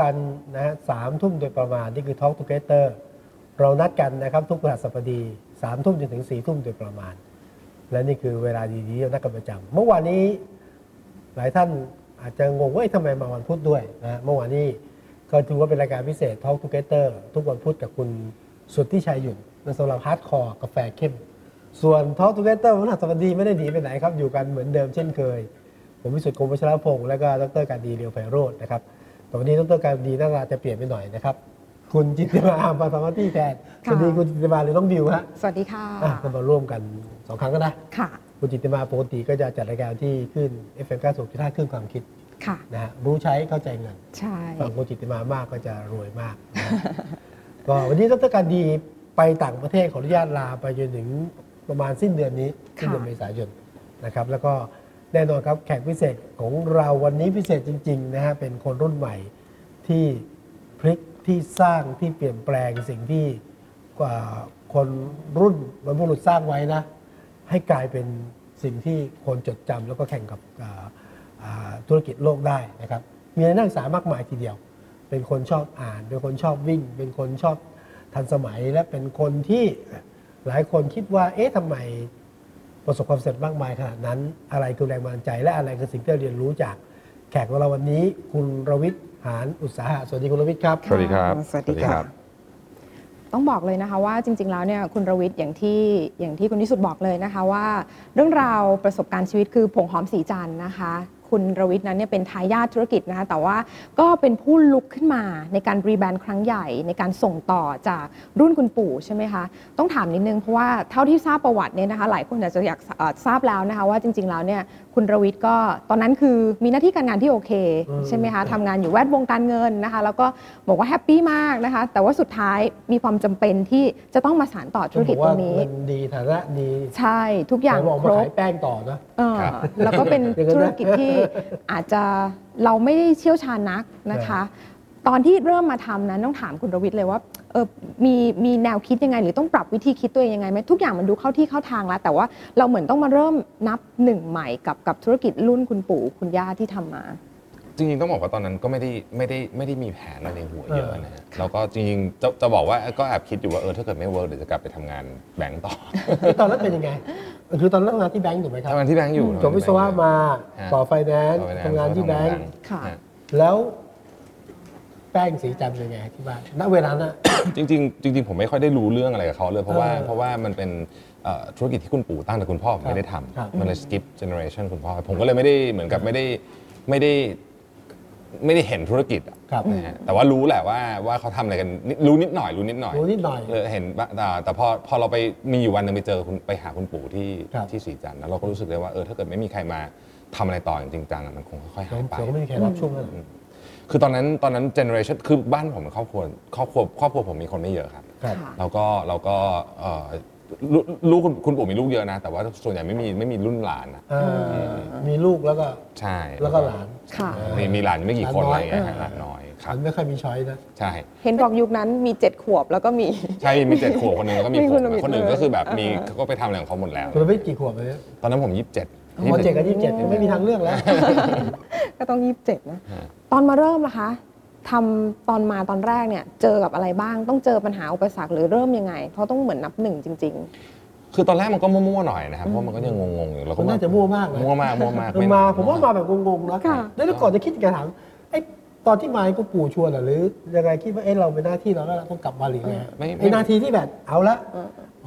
กันนะฮะสามทุ่มโดยประมาณ นี่คือ Talk Together เรานัดกันนะครับทุกพฤหัสบดีสามทุ่มจนถึงสี่ทุ่มโดยประมาณ และนี่คือเวลาดีๆเรานัดกันประจำเมื่อวานนี้หลายท่านอาจจะงงว่าเอ๊ะทำไมมาวันพุธด้วยนะฮะเมื่อวานนี้ก็ถือว่าเป็นรายการพิเศษ Talk Together ทุกวันพุธกับคุณสุทธิชัยหยุ่นนั่นสำหรับฮาร์ดคอร์กาแฟเข้ม ส่วน Talk Together วันพฤหัสบดีไม่ได้หนีไปไหนครับอยู่กันเหมือนเดิมเช่นเคย ผมวิสุทธิ์คงวัชรพงศ์และก็ดรการดีเรียวไพโรจน์นะครับแต่วันนี้ดรการดีหน่าราจะเปลี่ยนไปหน่อยนะครับ คุณจิตติมาอามาทำหน้าที่แทนส ค่ะ วัสดีคุณจิตติมาหรือน้องบิวฮะ สวัสดีค่ะ อ่ะเรามาร่วมกันสองครั้งก็ได้ ค่ะ คุณจิตติมาปกติก็จะจัดรายการที่ขึ้น FM 96จุดห้าคลื่นความคิด ค่ะ นะฮะรู้ใช้เข้าใจเงิน ใช่ ฟังคุณจิตติมามากก็จะรวยมากนะฮะ ก็วันนี้ดรการดีไปต่างประเทศขออนุญาตลาไปจนถึงประมาณสิ้นเดือนนี้สิ้นเดือน ค่ะ เมษายนนะครับ แล้วก็แน่นอนครับแขกพิเศษของเราวันนี้พิเศษจริงๆนะฮะเป็นคนรุ่นใหม่ที่พลิกที่สร้างที่เปลี่ยนแปลงสิ่งที่กว่าคนรุ่นบรรพบุรุษสร้างไว้นะ ให้กลายเป็นสิ่งที่คนจดจำแล้วก็แข่งกับอ่าอ่าธุรกิจโลกได้นะครับ มีนักศึกษามากมายทีเดียว เป็นคนชอบอ่าน เป็นคนชอบวิ่ง เป็นคนชอบทันสมัยและเป็นคนที่หลายคนคิดว่า เอ๊ะทำไมประสบความสำเร็จมากมายขนาดนั้น อะไรคือแรงบันดาลใจ และอะไรคือสิ่งที่เราเรียนรู้จากแขกของเราวันนี้คุณรวิทย์หานอุตสาหะสวัสดีคุณรวิทย์ครับ สวัสดีครับ สวัสดีค่ะ ต้องบอกเลยนะคะว่าจริง ๆ แล้วเนี่ยคุณรวิทย์อย่างที่อย่างที่คุณนิสุทธ์บอกเลยนะคะว่า เรื่องราวประสบการณ์ชีวิตคือผงหอมสีจันทร์นะคะ คุณรวิทย์นั้นเนี่ยเป็นทายาทธุรกิจนะคะแต่ว่าก็เป็นผู้ลุกขึ้นมาในการรีแบรนด์ครั้งใหญ่ในการส่งต่อจากรุ่นคุณปู่ใช่ไหมคะต้องถามนิดนึงเพราะว่าเท่าที่ทราบประวัติเนี่ยนะคะหลายคนอาจจะอยากเอ่อทราบแล้วนะคะว่าจริง ๆ แล้วเนี่ยคุณรวิทย์ก็ตอนนั้นคือมีหน้าที่การงานที่โอเค อืม ใช่ไหมคะ ทำงานอยู่แวดวงการเงินนะคะ แล้วก็บอกว่าแฮปปี้มากนะคะ แต่ว่าสุดท้ายมีความจำเป็นที่จะต้องมาสานต่อธุรกิจ ผม ต ว่า รงนี้ มันดีฐานะดี ใช่ทุกอย่าง ไหนบอก ค มาร บ ขายแป้งต่อนะ เออ ครับ แล้วก็เป็น อย่างนั้นนะ ธุรกิจที่อาจจะเราไม่ได้เชี่ยวชาญนักนะคะ ตอนที่เริ่มมาทำนั้นต้องถามคุณรวิทย์เลยว่าเออมีมีแนวคิดยังไง หรือต้องปรับวิธีคิดตัวเองยังไงไหมทุกอย่างมันดูเข้าที่เข้าทางแล้ว แต่ว่าเราเหมือนต้องมาเริ่มนับหนึ่งใหม่กับกับธุรกิจรุ่นคุณปู่คุณย่าที่ทำมา จริงๆต้องบอกว่าตอนนั้นก็ไม่ได้ไม่ได้ไม่ได้มีแผนอะไรในหัวเยอะนะฮะ ค่ะ แล้วก็จริงๆจะจะบอกว่าก็แอบคิดอยู่ว่าเออถ้าเกิดไม่เวิร์กเดี๋ยวจะกลับไปทำงานแบงก์ต่อ คือตอนนั้นเป็นยังไง คือตอนนั้นทำงานที่แบงก์ถูกไหมครับ ทำงานที่แบงก์อยู่ จบวิศวะมา ฮะ ต่อไฟแนนซ์ ต่อไป ทำงานที่แบงก์ ค่ะ ฮะ แล้วแป้งสีจันทร์เป็นไงที่บ้านณเวลานั้น จริงๆจริงๆผมไม่ค่อยได้รู้เรื่องอะไรกับเขาเลยเพราะว่า เออ เพราะว่ามันเป็นเอ่อธุรกิจที่คุณปู่ตั้งแต่คุณพ่อผมไม่ได้ ครับ ทำมันเลย skip generation คุณพ่อผมก็เลยไม่ได้เหมือนกับไม่ได้ไม่ได้ไม่ได้เห็นธุรกิจอะ ครับ นะฮะแต่ว่ารู้แหละว่าว่าเขาทำอะไรกันนิดรู้นิดหน่อยรู้นิดหน่อย รู้นิดหน่อย เออเห็นบ้างแต่แต่พอพอเราไปมีอยู่วันหนึงไปเจอคุณไปหาคุณปู่ที่ ครับ ที่ศรีจันทร์แล้วเราก็รู้สึกเลยว่าเออถ้าเกิดไม่มีใครมาทำอะไรต่ออย่างจริงจังอะมันคงค่อยๆ น้อหาย ง ไป เสือก็ไม่มีใครรับช่วงนั้น อืม คือตอนนั้นตอนนั้นเจเนอเรชันคือบ้านผมเป็นครอบครัวครอบครัวครอบครัวผมมีคนไม่เยอะครับ ครับ ค่ะ แล้วก็แล้วก็เอ่อลูกลูกคุณคุณปู่มีลูกเยอะนะ แต่ว่าส่วนใหญ่ไม่มีไม่มีรุ่นหลานนะ เอ่อมีลูกแล้วก็ ใช่ แล้วก็หลาน ค่ะ มีมีหลานไม่กี่คน ห อะไร ลานน้อย เงี้ยฮะหลานน้อยครั มั บ นไม่ค่อยมีช้อยนะ ใช่ เห็นบอกยุคนั้นมีเจ็ดขวบแล้วก็มี ใช่มีเจ็ดขวบคนหนึ่งแล้วก็มี มี ผ คุ ม ณ นะ วิทย์ คนอื่นก็คือแบบมี เลยอ่า เขาก็ไปทำอะไรของเขาหมดแล้ว คุณไม่กี่ขวบเลยเนี่ย ตอนนั้นผมยี่สิบเจ็ด พอเจ็ดกับยี่สิบเจ็ดไม่มีทางเลือกแล้ว ก็ต้องยี่สิบเจ็ดนะ ฮะ ตอนมาเริ่มล่ะคะทำตอนมาตอนแรกเนี่ย เจอกับอะไรบ้าง ต้องเจอปัญหาอุปสรรคหรือเริ่มยังไง เพราะต้องเหมือนนับหนึ่งจริง คือตอนแรกมันก็มั่วๆหน่อยนะครับเพราะมันก็ยังงงๆอยู่แล้วก็ มันน่าจะมั่วมากเลย มั่วมากมั่วมาก มัน ไ มาผมว่ามาแบบงงๆนะ ค่ะ แล้วก่อนจะคิดจะถามไอ้ตอนที่มาก็ปู่ชวนเหรอหรือยังไงคิดว่าเอ้เราเป็นหน้าที่เราแล้วเราต้องกลับมาหรือไง ไม่ไม่ ไอ้หนาทีที่แบบเอาละ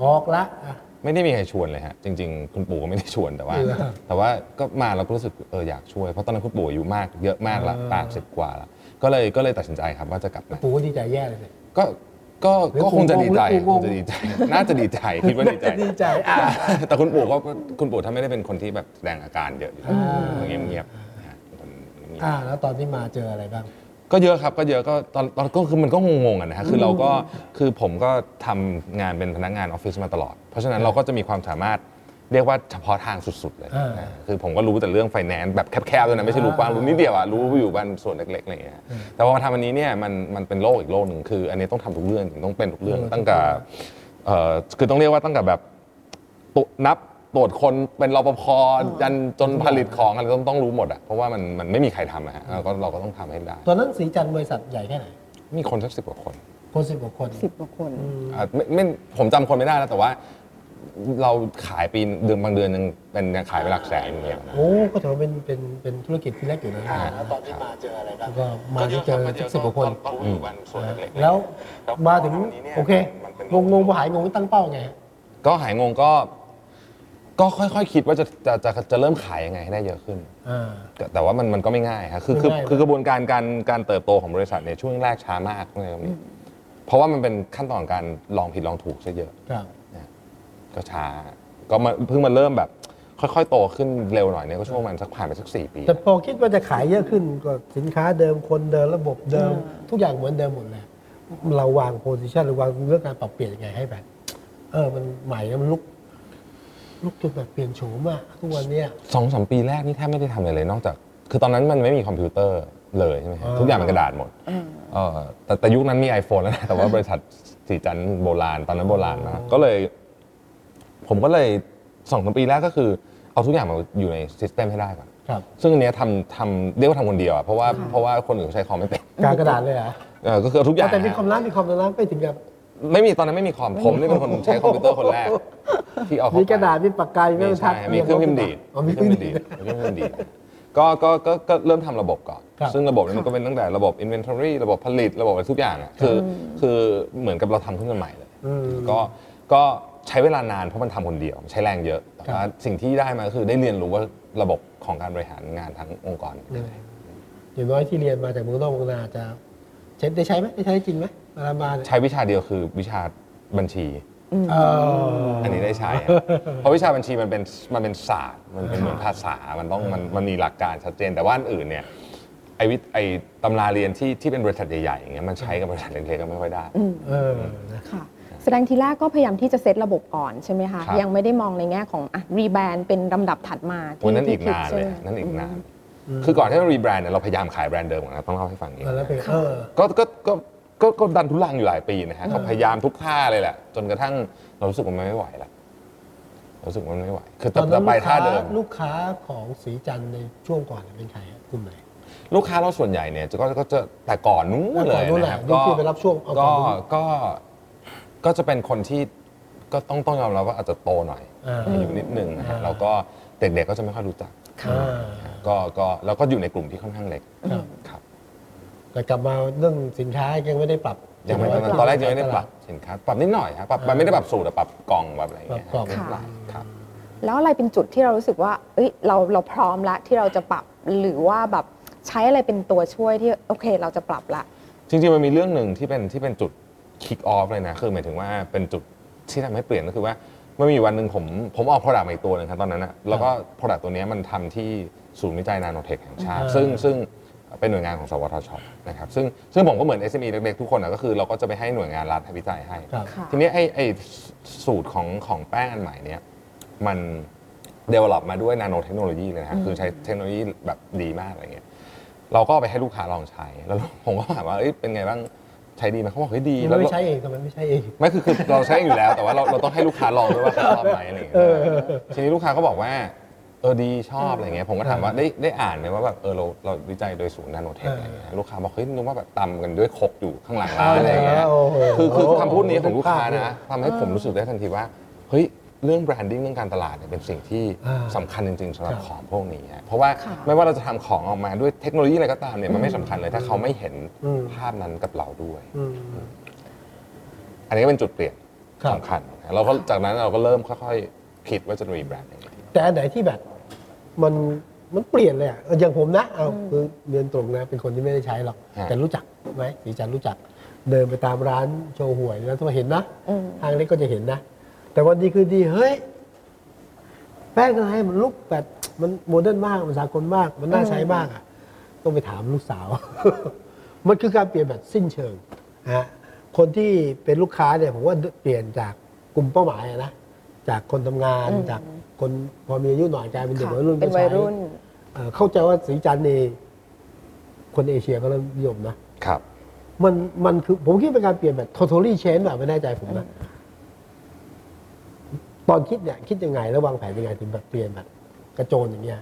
ออกละอ่ะ ไม่ได้มีใครชวนเลยฮะจริง ๆ คุณปู่ก็ไม่ได้ชวนแต่ว่า เหรอ แต่ว่าก็มาเราก็รู้สึกเอออยากช่วยเพราะตอนนั้นคุณปู่อายุมากเยอะมากละ อ่า แปดสิบกว่าละก็เลยก็เลยตัดสินใจครับว่าจะกลับมา ปู่ก็ดีใจแย่เลยสิ ก็ก็ หรือ ก็คงจะดีใจ คงงง คงจะดี ใจ น่าจะดีใจคิดว่าดี ใจ ดีใจอ่ะ แต่คุณปู่ก็คุณปู่ท่านไม่ได้เป็นคนที่แบบแสดงอาการเยอะอยู่แล้ว อ่า เงียบเงียบๆนะฮะเป็นคนเงียบ อ่าแล้วตอนที่มาเจออะไรบ้าง ก็เยอะครับก็เยอะก็ตอนตอนก็คือมันก็งงๆอะนะฮะคือเราก็คือผมก็ทำงานเป็นพนักงานออฟฟิศมาตลอด เพราะฉะนั้นเราก็จะมีความสามารถเรียกว่าเฉพาะทางสุดๆเลย อ่า นะคือผมก็รู้แต่เรื่องไฟแนนซ์แบบแคบๆด้วยนะไม่ใช่รู้กว้างรู้นิดเดียวอะรู้อยู่บ้านส่วนเล็กๆอะไรอย่างเงี้ยแต่พอมาทำอันนี้เนี่ยมันมันเป็นโลกอีกโลกหนึ่งคือ อันนี้ต้องทำทุกเรื่องจริงๆต้องเป็นทุกเรื่องตั้งแต่ เอ่อคือต้องเรียกว่าตั้งแต่แบบตุนับ ตรวจคนเป็นรปภยันจนผลิตของอะไรต้องต้องรู้หมดอะเพราะว่ามันมันไม่มีใครทำนะฮะเราก็เราก็ต้องทำให้ได้ ตอนนั้นสีจันทร์บริษัทใหญ่แค่ไหน มีคนสักสิบกว่าคน คนสิบกว่าคน สิบกว่าคน อืม อ่ะไม่ไม่ผมจำคนไม่ได้แล้วแต่ว่า เราขายปีเดือนบางเดือนยังเป็นยังขายไปหลักแสนอย่างเงี้ย โอ้ก็ถือว่าเป็นเป็นเป็นธุรกิจที่เล็กอยู่นะ อ่า แล้วตอนที่มาเจออะไรบ้าง แล้วก็มาที่เจอสักสิบกว่าคน ก็คุยอยู่วันส่วนเล็กๆ แล้วมาถึง แล้วตอนนี้เนี่ย โอเค มันเป็น งงงงหายงงตั้งเป้าไงฮะ ก็หายงงก็ ก็ค่อยๆคิดว่าจะจะจะจะเริ่มขายยังไงให้ได้เยอะขึ้น อ่า แต่แต่ว่ามันมันก็ไม่ง่ายครับคือคือ ไม่ง่าย คือกระบวนการการการเติบโตของบริษัทเนี่ยช่วงแรกช้ามากเลยครับนี่เพราะว่ามันเป็นขั้นตอนของการลองผิดลองถูกซะเยอะ ครับ ก็ช้า ก็มาเพิ่งมาเริ่มแบบ ค่อยๆ โตขึ้นเร็วหน่อยเนี่ยก็ช่วงประมันสักผ่านไปสักสี่ปี แต่พอคิดว่าจะขายเยอะขึ้นก็สินค้าเดิมคนเดิมระบบเดิม อ่า ทุกอย่างเหมือนเดิมหมดเลยเราวางโพสิชันหรือวางเรื่องการปรับเปลี่ยนยังไงให้แบบ เออมันใหม่แล้วมันลุก ลุกจนแบบเปลี่ยนโฉมอะทุกวันเนี้ย สองสามปีแรกนี่แทบไม่ได้ทำอะไรเลยนอกจาก คือตอนนั้นมันไม่มีคอมพิวเตอร์เลยใช่ไหมฮะ อ่า ทุกอย่างเป็นกระดาษหมด เออ เอ่อแต่แต่ยุคนั้นมี iPhone แล้วนะ แต่ว่าบริษัทสีจันทร์โบราณตอนนั้นโบราณมากก็เลย ผมก็เลยสองสามปีแรกก็คือ เอาทุกอย่างมาอยู่ในซิสเต็มให้ได้ก่อน ครับ ซึ่งอันเนี้ยทำทำเรียกว่าทำคนเดียวอะเพราะว่าเพราะว่าคนอื่นใช้คอมไม่เป็น การกระดาษเลยเหรอ่ะ เออก็คือเอาทุกอย่าง แต่มี นะฮะ ความร้านมีความร้านไม่ถึงกับ ไม่มีตอนนั้นไม่มีคอมผมนี่เป็นคนใช้คอมพิวเตอร์คนแรก ที่เอาเข้าไป มีกระดาษมีปากกามี ไม่ แม่บรรทั ใช่ ด มีเครื่องพิมพ์ดีด อ๋อมีเครื่องพิมพ์ดีด มีเครื่องพิมพ์ดีดก็ก็ก็ก็เริ่มทำระบบก่อน ครับ ซึ่งระบบนั้นมันก็เป็นตั้งแต่ระบบ inventory ระบบผลิตระบบอะไรทุกอย่างอะคือคือเหมือนกับเราทำขึ้นมาใหม่เลย อืม ก็ก็ใช้เวลานานเพราะมันทำคนเดียว ใช้แรงเยอะ แต่ว่า ครับ สิ่งที่ได้มาก็คือได้เรียนรู้ว่าระบบของการบริหารงานทั้งองค์กร อย่างน้อยที่เรียนมาจากเมืองนอกเมืองนาจะใช้ได้ใช้ไหมได้ใช้จริงไหมเวลามาเนี่ย ใช้วิชาเดียวคือวิชาบัญชี เออ อันนี้ได้ใช้อะเพราะวิชาบัญชีมันเป็นมันเป็นศาสตร์ มันเป็นเหมือนภาษา มันต้องมันมันมีหลักการชัดเจน แต่ว่าอันอื่นเนี่ยไอวิทไอตำราเรียนที่ที่เป็นบริษัทใหญ่ๆอย่างเงี้ยมันใช้กับบริษัทเล็กๆก็ไม่ค่อยได้ เออนะ ค่ะแสดงทีแรกก็พยายามที่จะเซตระบบก่อนใช่ไหมคะ ครับ ยังไม่ได้มองในแง่ของอ่ะรีแบรนด์เป็นลำดับถัดมาที่ โอ้ยนั่นอีก ที่คิด นาน ใช่ เลไหยม อะนั่นอีกนาน อืม คือก่อนที่จะรีแบรนด์เนี่ยเราพยายามขายแบรนด์เดิมก่อนนะต้องเล่าให้ฟังอย่างนี้ แล้วเป็นไงเออ ก็ก็ก็ก็ก็ดันทุลังอยู่หลายปีนะฮะก็พยายามทุกท่าเลยแหละ จนกระทั่งเรารู้สึกว่ามันไม่ไหวละเรารู้สึกว่ามันไม่ไหว คือ ตอนนั้ จะ น ไป ลูก ท่า ค้า เดิม ลูกค้าของสีจันทร์ในช่วงก่อนเนี่ยเป็นใครฮะกลุ่มไหน ลูกค้าเราส่วนใหญ่เนี่ยจะก็ก็จะแต่ก่อนนู้น แต่ เล ก่อน ย นู้นแห นะ ละ ครับ ยุคที่ไปรับช่วงเอาก่ ก็ อนนู้น ก็ก็จะเป็นคนที่ก็ต้องต้องยอมรับว่าอาจจะโตหน่อย อ่า อายุนิดนึงนะฮะ อ่า แล้วก็เด็กๆก็จะไม่ค่อยรู้จัก อ่า ก็ก็แล้วก็อยู่ในกลุ่มที่ค่อนข้างเล็กครับ แต่กลับมาเรื่องสินค้ายังไม่ได้ปรับ ยังไม่ตอนแรกยังไม่ได้ปรับสินค้าปรับนิดหน่อยครับปรับมันไม่ได้ปรับสูตรอะปรับกล่องปรับอะไรอย่าง ปรับ เงี้ย กล่อง ปรับครับ แล้วอะไรเป็นจุดที่เรารู้สึกว่าเอ้ยเราเราพร้อมละที่เราจะปรับหรือว่าแบบใช้อะไรเป็นตัวช่วยที่โอเคเราจะปรับละ จริงๆ มันมีเรื่องหนึ่งที่เป็นที่เป็นจุด kick off เลยนะ คือหมายถึงว่าเป็นจุดที่ทำให้เปลี่ยนก็คือว่ามันมีวันหนึ่งผมผมออก product ใหม่ตัวหนึงครับตอนนั้นนะแล้วก็ product ตัวเนี้ยมันทำที่ศูนย์วิจัยนาโนเทคแห่งชาติ ซึ่งซึ่งเป็นหน่วยงานของสวทชนะครับซึ่งซึ่งผมก็เหมือน SME เล็กๆ ทุกคนนะก็คือเราก็จะไปให้หน่วยงานรัฐให้วิจัยให้ ครับ ค่ะ ทีเนี้ยไอ้ไอ้สูตรของของแป้งอันใหม่เนี้ยมัน develop มาด้วยนาโนเทคโนโลยีเลยนะฮะคือใช้เทคโนโลยีแบบดีมากอะไรเงี้ยเราก็เอาไปให้ลูกค้าลองใช้ แล้วผมก็ถามว่าเอ้ยเป็นไงบ้างใช้ดีไหมเขาบอกเฮ้ยดีแล้ว ไม่ เรา ใช่เองทำไมไม่ใช่เอง ไม่คือคือเราใช้อยู่แล้ว แต่ว่าเราเราต้องให้ลูกค้าลอง ด้วยว่าเขาชอบไหมอะไรเงี้ยทีนี้ลูกค้าก็บอกว่าเออดีชอบอะไรเงี้ยผมก็ถามว่าได้ได้อ่านไหมว่าแบบเออเราเราวิจัยโดยศูนย์นาโนเทคอะไรเงี้ยลูกค้าบอกเฮ้ยนึกว่าแบบตำกันด้วยครกอยู่ข้างหลังร้านอะไรเงี้ย โโห คือคือคำพูดนี้ของลูกค้านะทำให้ผมรู้สึกได้ทันทีว่า เฮ้ย เรื่องแบรนดิ้งเรื่องการตลาดเนี่ยเป็นสิ่งที่ อ่า สำคัญจริงๆสำหรับ ครับ ของพวกนี้ฮะเพราะว่า ค่ะ ไม่ว่าเราจะทำของออกมาด้วยเทคโนโลยีอะไรก็ตามเนี่ยมันไม่สำคัญเลยถ้าเขาไม่เห็นภาพนั้นกับเราด้วย อืม อันนี้ก็เป็นจุดเปลี่ยน ครับ สำคัญเราก็จากนั้นเราก็เริ่มค่อยๆคิดว่าจะรีแบรนด์ยังไง แต่อันไหนที่แบบมันมันเปลี่ยนเลยอะอย่างผมนะเอาคือเรียนตรงนะ เป็นคนที่ไม่ได้ใช้หรอก ฮะ แต่รู้จักไหมสีจันรู้จัก เดินไปตามร้านโชว์หวยแล้วทุกคนเห็นนะ อืม ทางเล็กก็จะเห็นนะ แต่วันดีคือดีเฮ้ย แป้งอะไรมันลุกแบบมันโมเดิร์นมาก มันสากลมาก มันน่าใช้มากอ่ะ ต้องไปถามลูกสาว มันคือการเปลี่ยนแบบสิ้นเชิงนะฮะคนที่เป็นลูกค้าเนี่ยผมว่าเปลี่ยนจากกลุ่มเป้าหมายอะนะ จากคนทำงาน จากคนพอมีอายุหน่อยกลายเป็นเด็ก ค่ะ วัยรุ่น เป็น ก็ใช้ วัยรุ่น เอ่อเข้าใจว่าสีจันทร์นี่คนเอเชียก็เริ่มนิยมนะ ครับ มันมันคือผมคิดเป็นการเปลี่ยนแบบ totally change แบบไม่แน่ใจผมนะ ตอนคิดเนี่ยคิดยังไงแล้ววางแผนยังไงถึงแบบเปลี่ยนแบบกระโจนอย่างเงี้ย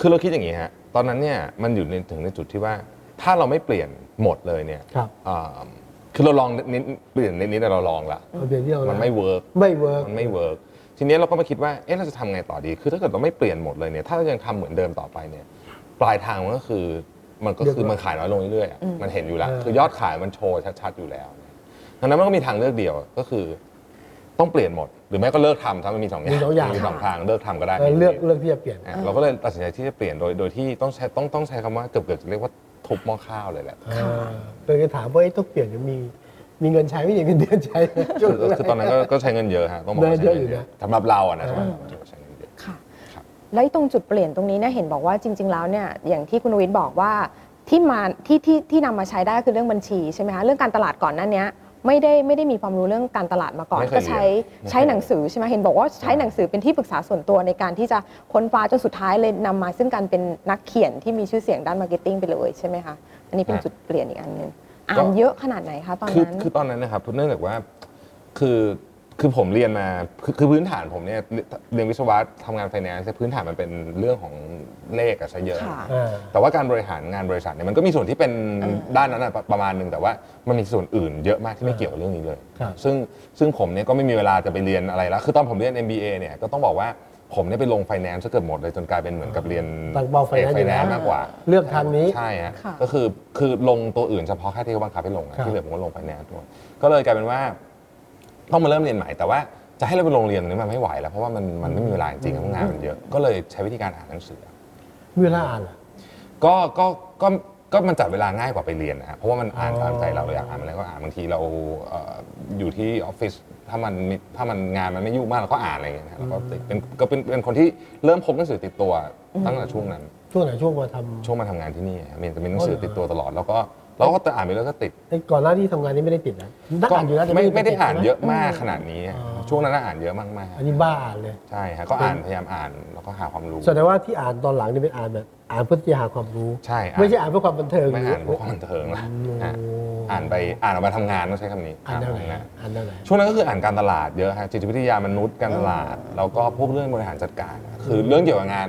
คือเราคิดอย่างนี้ฮะ ตอนนั้นเนี่ยมันอยู่ในถึงในจุดที่ว่า ถ้าเราไม่เปลี่ยนหมดเลยเนี่ย ครับ อ่าคือเราลองนิดเปลี่ยนนิดๆเราลองละ เอาเดือนที่เรา มั มัน ไม่เวิร์ก ไม่เวิร์ก มันไม่เวิร์กทีเนี้ยเราก็มาคิดว่า เอ๊ะ เราจะทำไงต่อดี คือถ้าเกิดเราไม่เปลี่ยนหมดเลยเนี่ย ถ้าเรายังทำเหมือนเดิมต่อไปเนี่ย ปลายทางมันก็คือ มันก็คือ เรียบร้อย มันขายน้อยลงเรื่อยๆอะ อืม มันเห็นอยู่แล้ว เออ คือยอดขายมันโชว์ชัดๆอยู่แล้ว ดังนั้นมันก็มีทางเลือกเดียว ก็คือ ต้องเปลี่ยนหมด หรือไม่ก็เลิกทำถ้ามันมีสองอย่าง มีสองอย่าง มีสองทาง เลิกทำก็ได้ เออเลือกเลือกที่จะเปลี่ยน อ่ะเราก็เลยตัดสินใจที่จะเปลี่ยน โดย โดยที่ต้องใช้ ต้องต้องใช้คำว่าเกือบเกือบจะเรียกว่าทุบหม้อข้าวเลยแหละ ค่ะ เคยจะถามว่าไอ้ต้องเปลี่ยนเนี่ยมีมีเงินใช้ไหม่มีเงินเดือนใช้ไหมช่วง คือ แรก คือตอนนั้นก็ก็ใช้เงินเยอะฮะ ต้องบอกว่าใช้เงินเยอะสำหรับเราอะนะสำหรับเราใช้เงินเยอะ ค่ะ ครับ แล้วไอ้ตรงจุดเปลี่ยนตรงนี้เนี่ยเห็นบอกว่าจริง ๆ แล้วเนี่ยอย่างที่คุณวิทย์บอกว่าที่มาที่ที่ที่นำมาใช้ได้คือเรื่องบัญชีใช่ไหมคะเรื่องการตลาดก่อนหนั้นเนี้ยไม่ได้ไม่ได้มีความรู้เรื่องการตลาดมาก่อน ไม่เคย ก็ใช้ เรียน ใช้ ไม่เคย หนังสือใช่ไหมเห็นบอกว่าใช้หนังสือเป็นที่ปรึกษาส่วนตัวในการที่จะค้นฟ้าจนสุดท้ายเลยนำมาซึ่งการเป็นนักเขียนที่มีชื่อเสียงด้านมาร์เก็ตติ้งไปเลยใช่ไหมคะอันนี้เป็นจุดเปลี่ยนอีกอันหนึ่งอ่านเยอะขนาดไหนคะตอน คือ นั้น คือตอนนั้นนะครับเนื่องจากว่าคือคือผมเรียนมาคือคือพื้นฐานผมเนี่ยเรียนวิศวะทำงานไฟแนนซ์พื้นฐานมันเป็นเรื่องของเลขอะซะเยอะ ค่ะ แต่ว่าการบริหารงานบริษัทเนี่ยมันก็มีส่วนที่เป็น เออ ด้านนั้นอะประประมาณหนึ่งแต่ว่ามันมีส่วนอื่นเยอะมากที่ไม่เกี่ยวกับเรื่องนี้เลย ครับ ซึ่งซึ่งผมเนี่ยก็ไม่มีเวลาจะไปเรียนอะไรละคือตอนผมเรียน MBA เนี่ยก็ต้องบอกว่าผมเนี่ยไปลงไฟแนนซ์ซะเกือบหมดเลยจนกลายเป็นเหมือนกับเรียน ตั้งเป้าไฟแนนซ์อยู่แล้ว มากกว่า เลือกทางนี้ ใช่ฮะ ค่ะ ก็คือคือลงตัวอื่นเฉพาะแค่ที่เขาบังคับให้ลงนะครับ ที่เหลือผมก็ลงไปแนนตัวก็เลยกลายเป็นว่า ต้องมาเริ่มเรียนใหม่แต่ว่าจะให้เราไปลงเรียนนี่มันไม่ไหวแล้วเพราะว่ามันมันไม่มีเวลาจริงๆเพราะงานมันเยอะก็เลยใช้วิธีการอ่านหนังสือ เวลาอ่านเหรอ ก็ก็ก็ก็มันจัดเวลาง่ายกว่าไปเรียนนะครับเพราะว่ามันอ่าน อ๋อ ตามใจเราเราอยากอ่านอะไรก็อ่านบางทีเราเอ่ออยู่ที่ออฟฟิศถ้ามันมีถ้ามันงานมันไม่ยุ่งมากเราก็อ่านอะไรอย่างเงี้ยนะครับแล้วก็ติดเป็นก็เป็นเป็นคนที่เริ่มพกหนังสือติดตัวตั้งแต่ช่วงนั้น ช่วงไหนช่วงมาท ช่วงมาทำงานที่นี่ครับมีจะมีหนังสือติดตัวตลอด แล้วก็แล้วก็จะอ่านไปแล้วก็ติด ำไอ้ก่อนหน้าที่ทำงานนี้ไม่ได้ติดนะได้อ่านอยู่แล้วแต่ ไม่ ติ ไม่ได้อ่าน ใช่ห เยอะมากขนาดนี้ อ๋อ ช่วงนั้นน่ะอ่านเยอะมาก อันนี้บ้าอ่านเลย ๆใช่ฮะก็อ่านพยายามอ่านแล้วก็หาความรู้ แสดงว่าที่อ่านตอนหลังนี่เป็นอ่านแบบอ่านเพื่อที่จะหาความรู้ ใช่อ่าน ไม่ใช่อ่านเพื่อความบันเทิง ไม่อ่านเพราะความบันเทิงละฮะอ่านไปอ่านออกมาทำงานต้องใช้คำนี้ อ่านแนวไหน ทำง อ่านแนวไหน ช่วงนั้นก็คืออ่านการตลาดเยอะฮะจิตวิทยามนุษย์การตลาด แล้วก็พวกเรื่องบริหารจัดการ คือเรื่องเกี่ยวกับงาน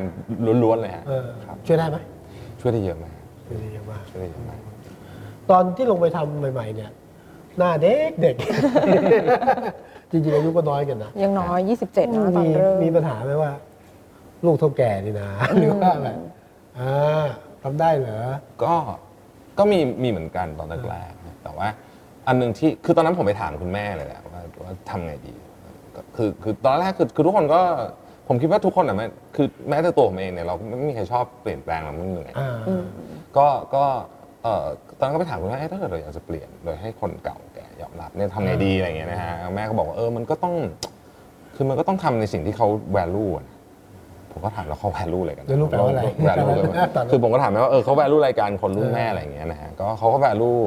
ล้วนๆเลยฮะ เออ ครับ ช่วยได้ไหม ช่วยได้เยอะมาก ช่วยได้เยอะมาก ช่วยได้เยอะมาก ตอนที่ลงไปทำใหม่ ๆ เนี่ย หน้าเด็กเด็ก ๆ จริง ๆ อายุก็น้อยกันนะ ยังน้อย 27นะตอน มี เริ่ม มีปัญหาไหมว่า ลูกเท่าแก่นี่นะ หรือว่าแบบอ่าทำได้เหรอ ก็ก็มีมีเหมือนกันตอนแรกๆนะแต่ว่าอันหนึ่งที่คือตอนนั้นผมไปถามคุณแม่เลยแหละว่าว่าทำไงดีก็คือคือตอนแรกคือคือทุกคนก็ผมคิดว่าทุกคนอะแม่คือแม้แต่ตัวผมเองเนี่ยเราไม่มีใครชอบเปลี่ยนแปลงเราไม่เหนื่อย อ่า ก็ก็เอ่อตอนนั้นก็ไปถามคุณแม่เอ๊ะถ้าเกิดเราอยากจะเปลี่ยนโดยให้คนเก่าแก่ยอมรับเนี่ยทำไงดีอะไรอย่างเงี้ยนะฮะแม่ก็บอกว่าเออมันก็ต้อง คือมันก็ต้องทำในสิ่งที่เขา value อะนะผมก็ถามแล้วเขา value อะไรกัน value แปลว่าอะไร value เลย คือผมก็ถามแม่ว่าเออเขา value รายการคนรุ่นแม่อะไรอย่างเงี้ยนะฮะก็เขาก็ value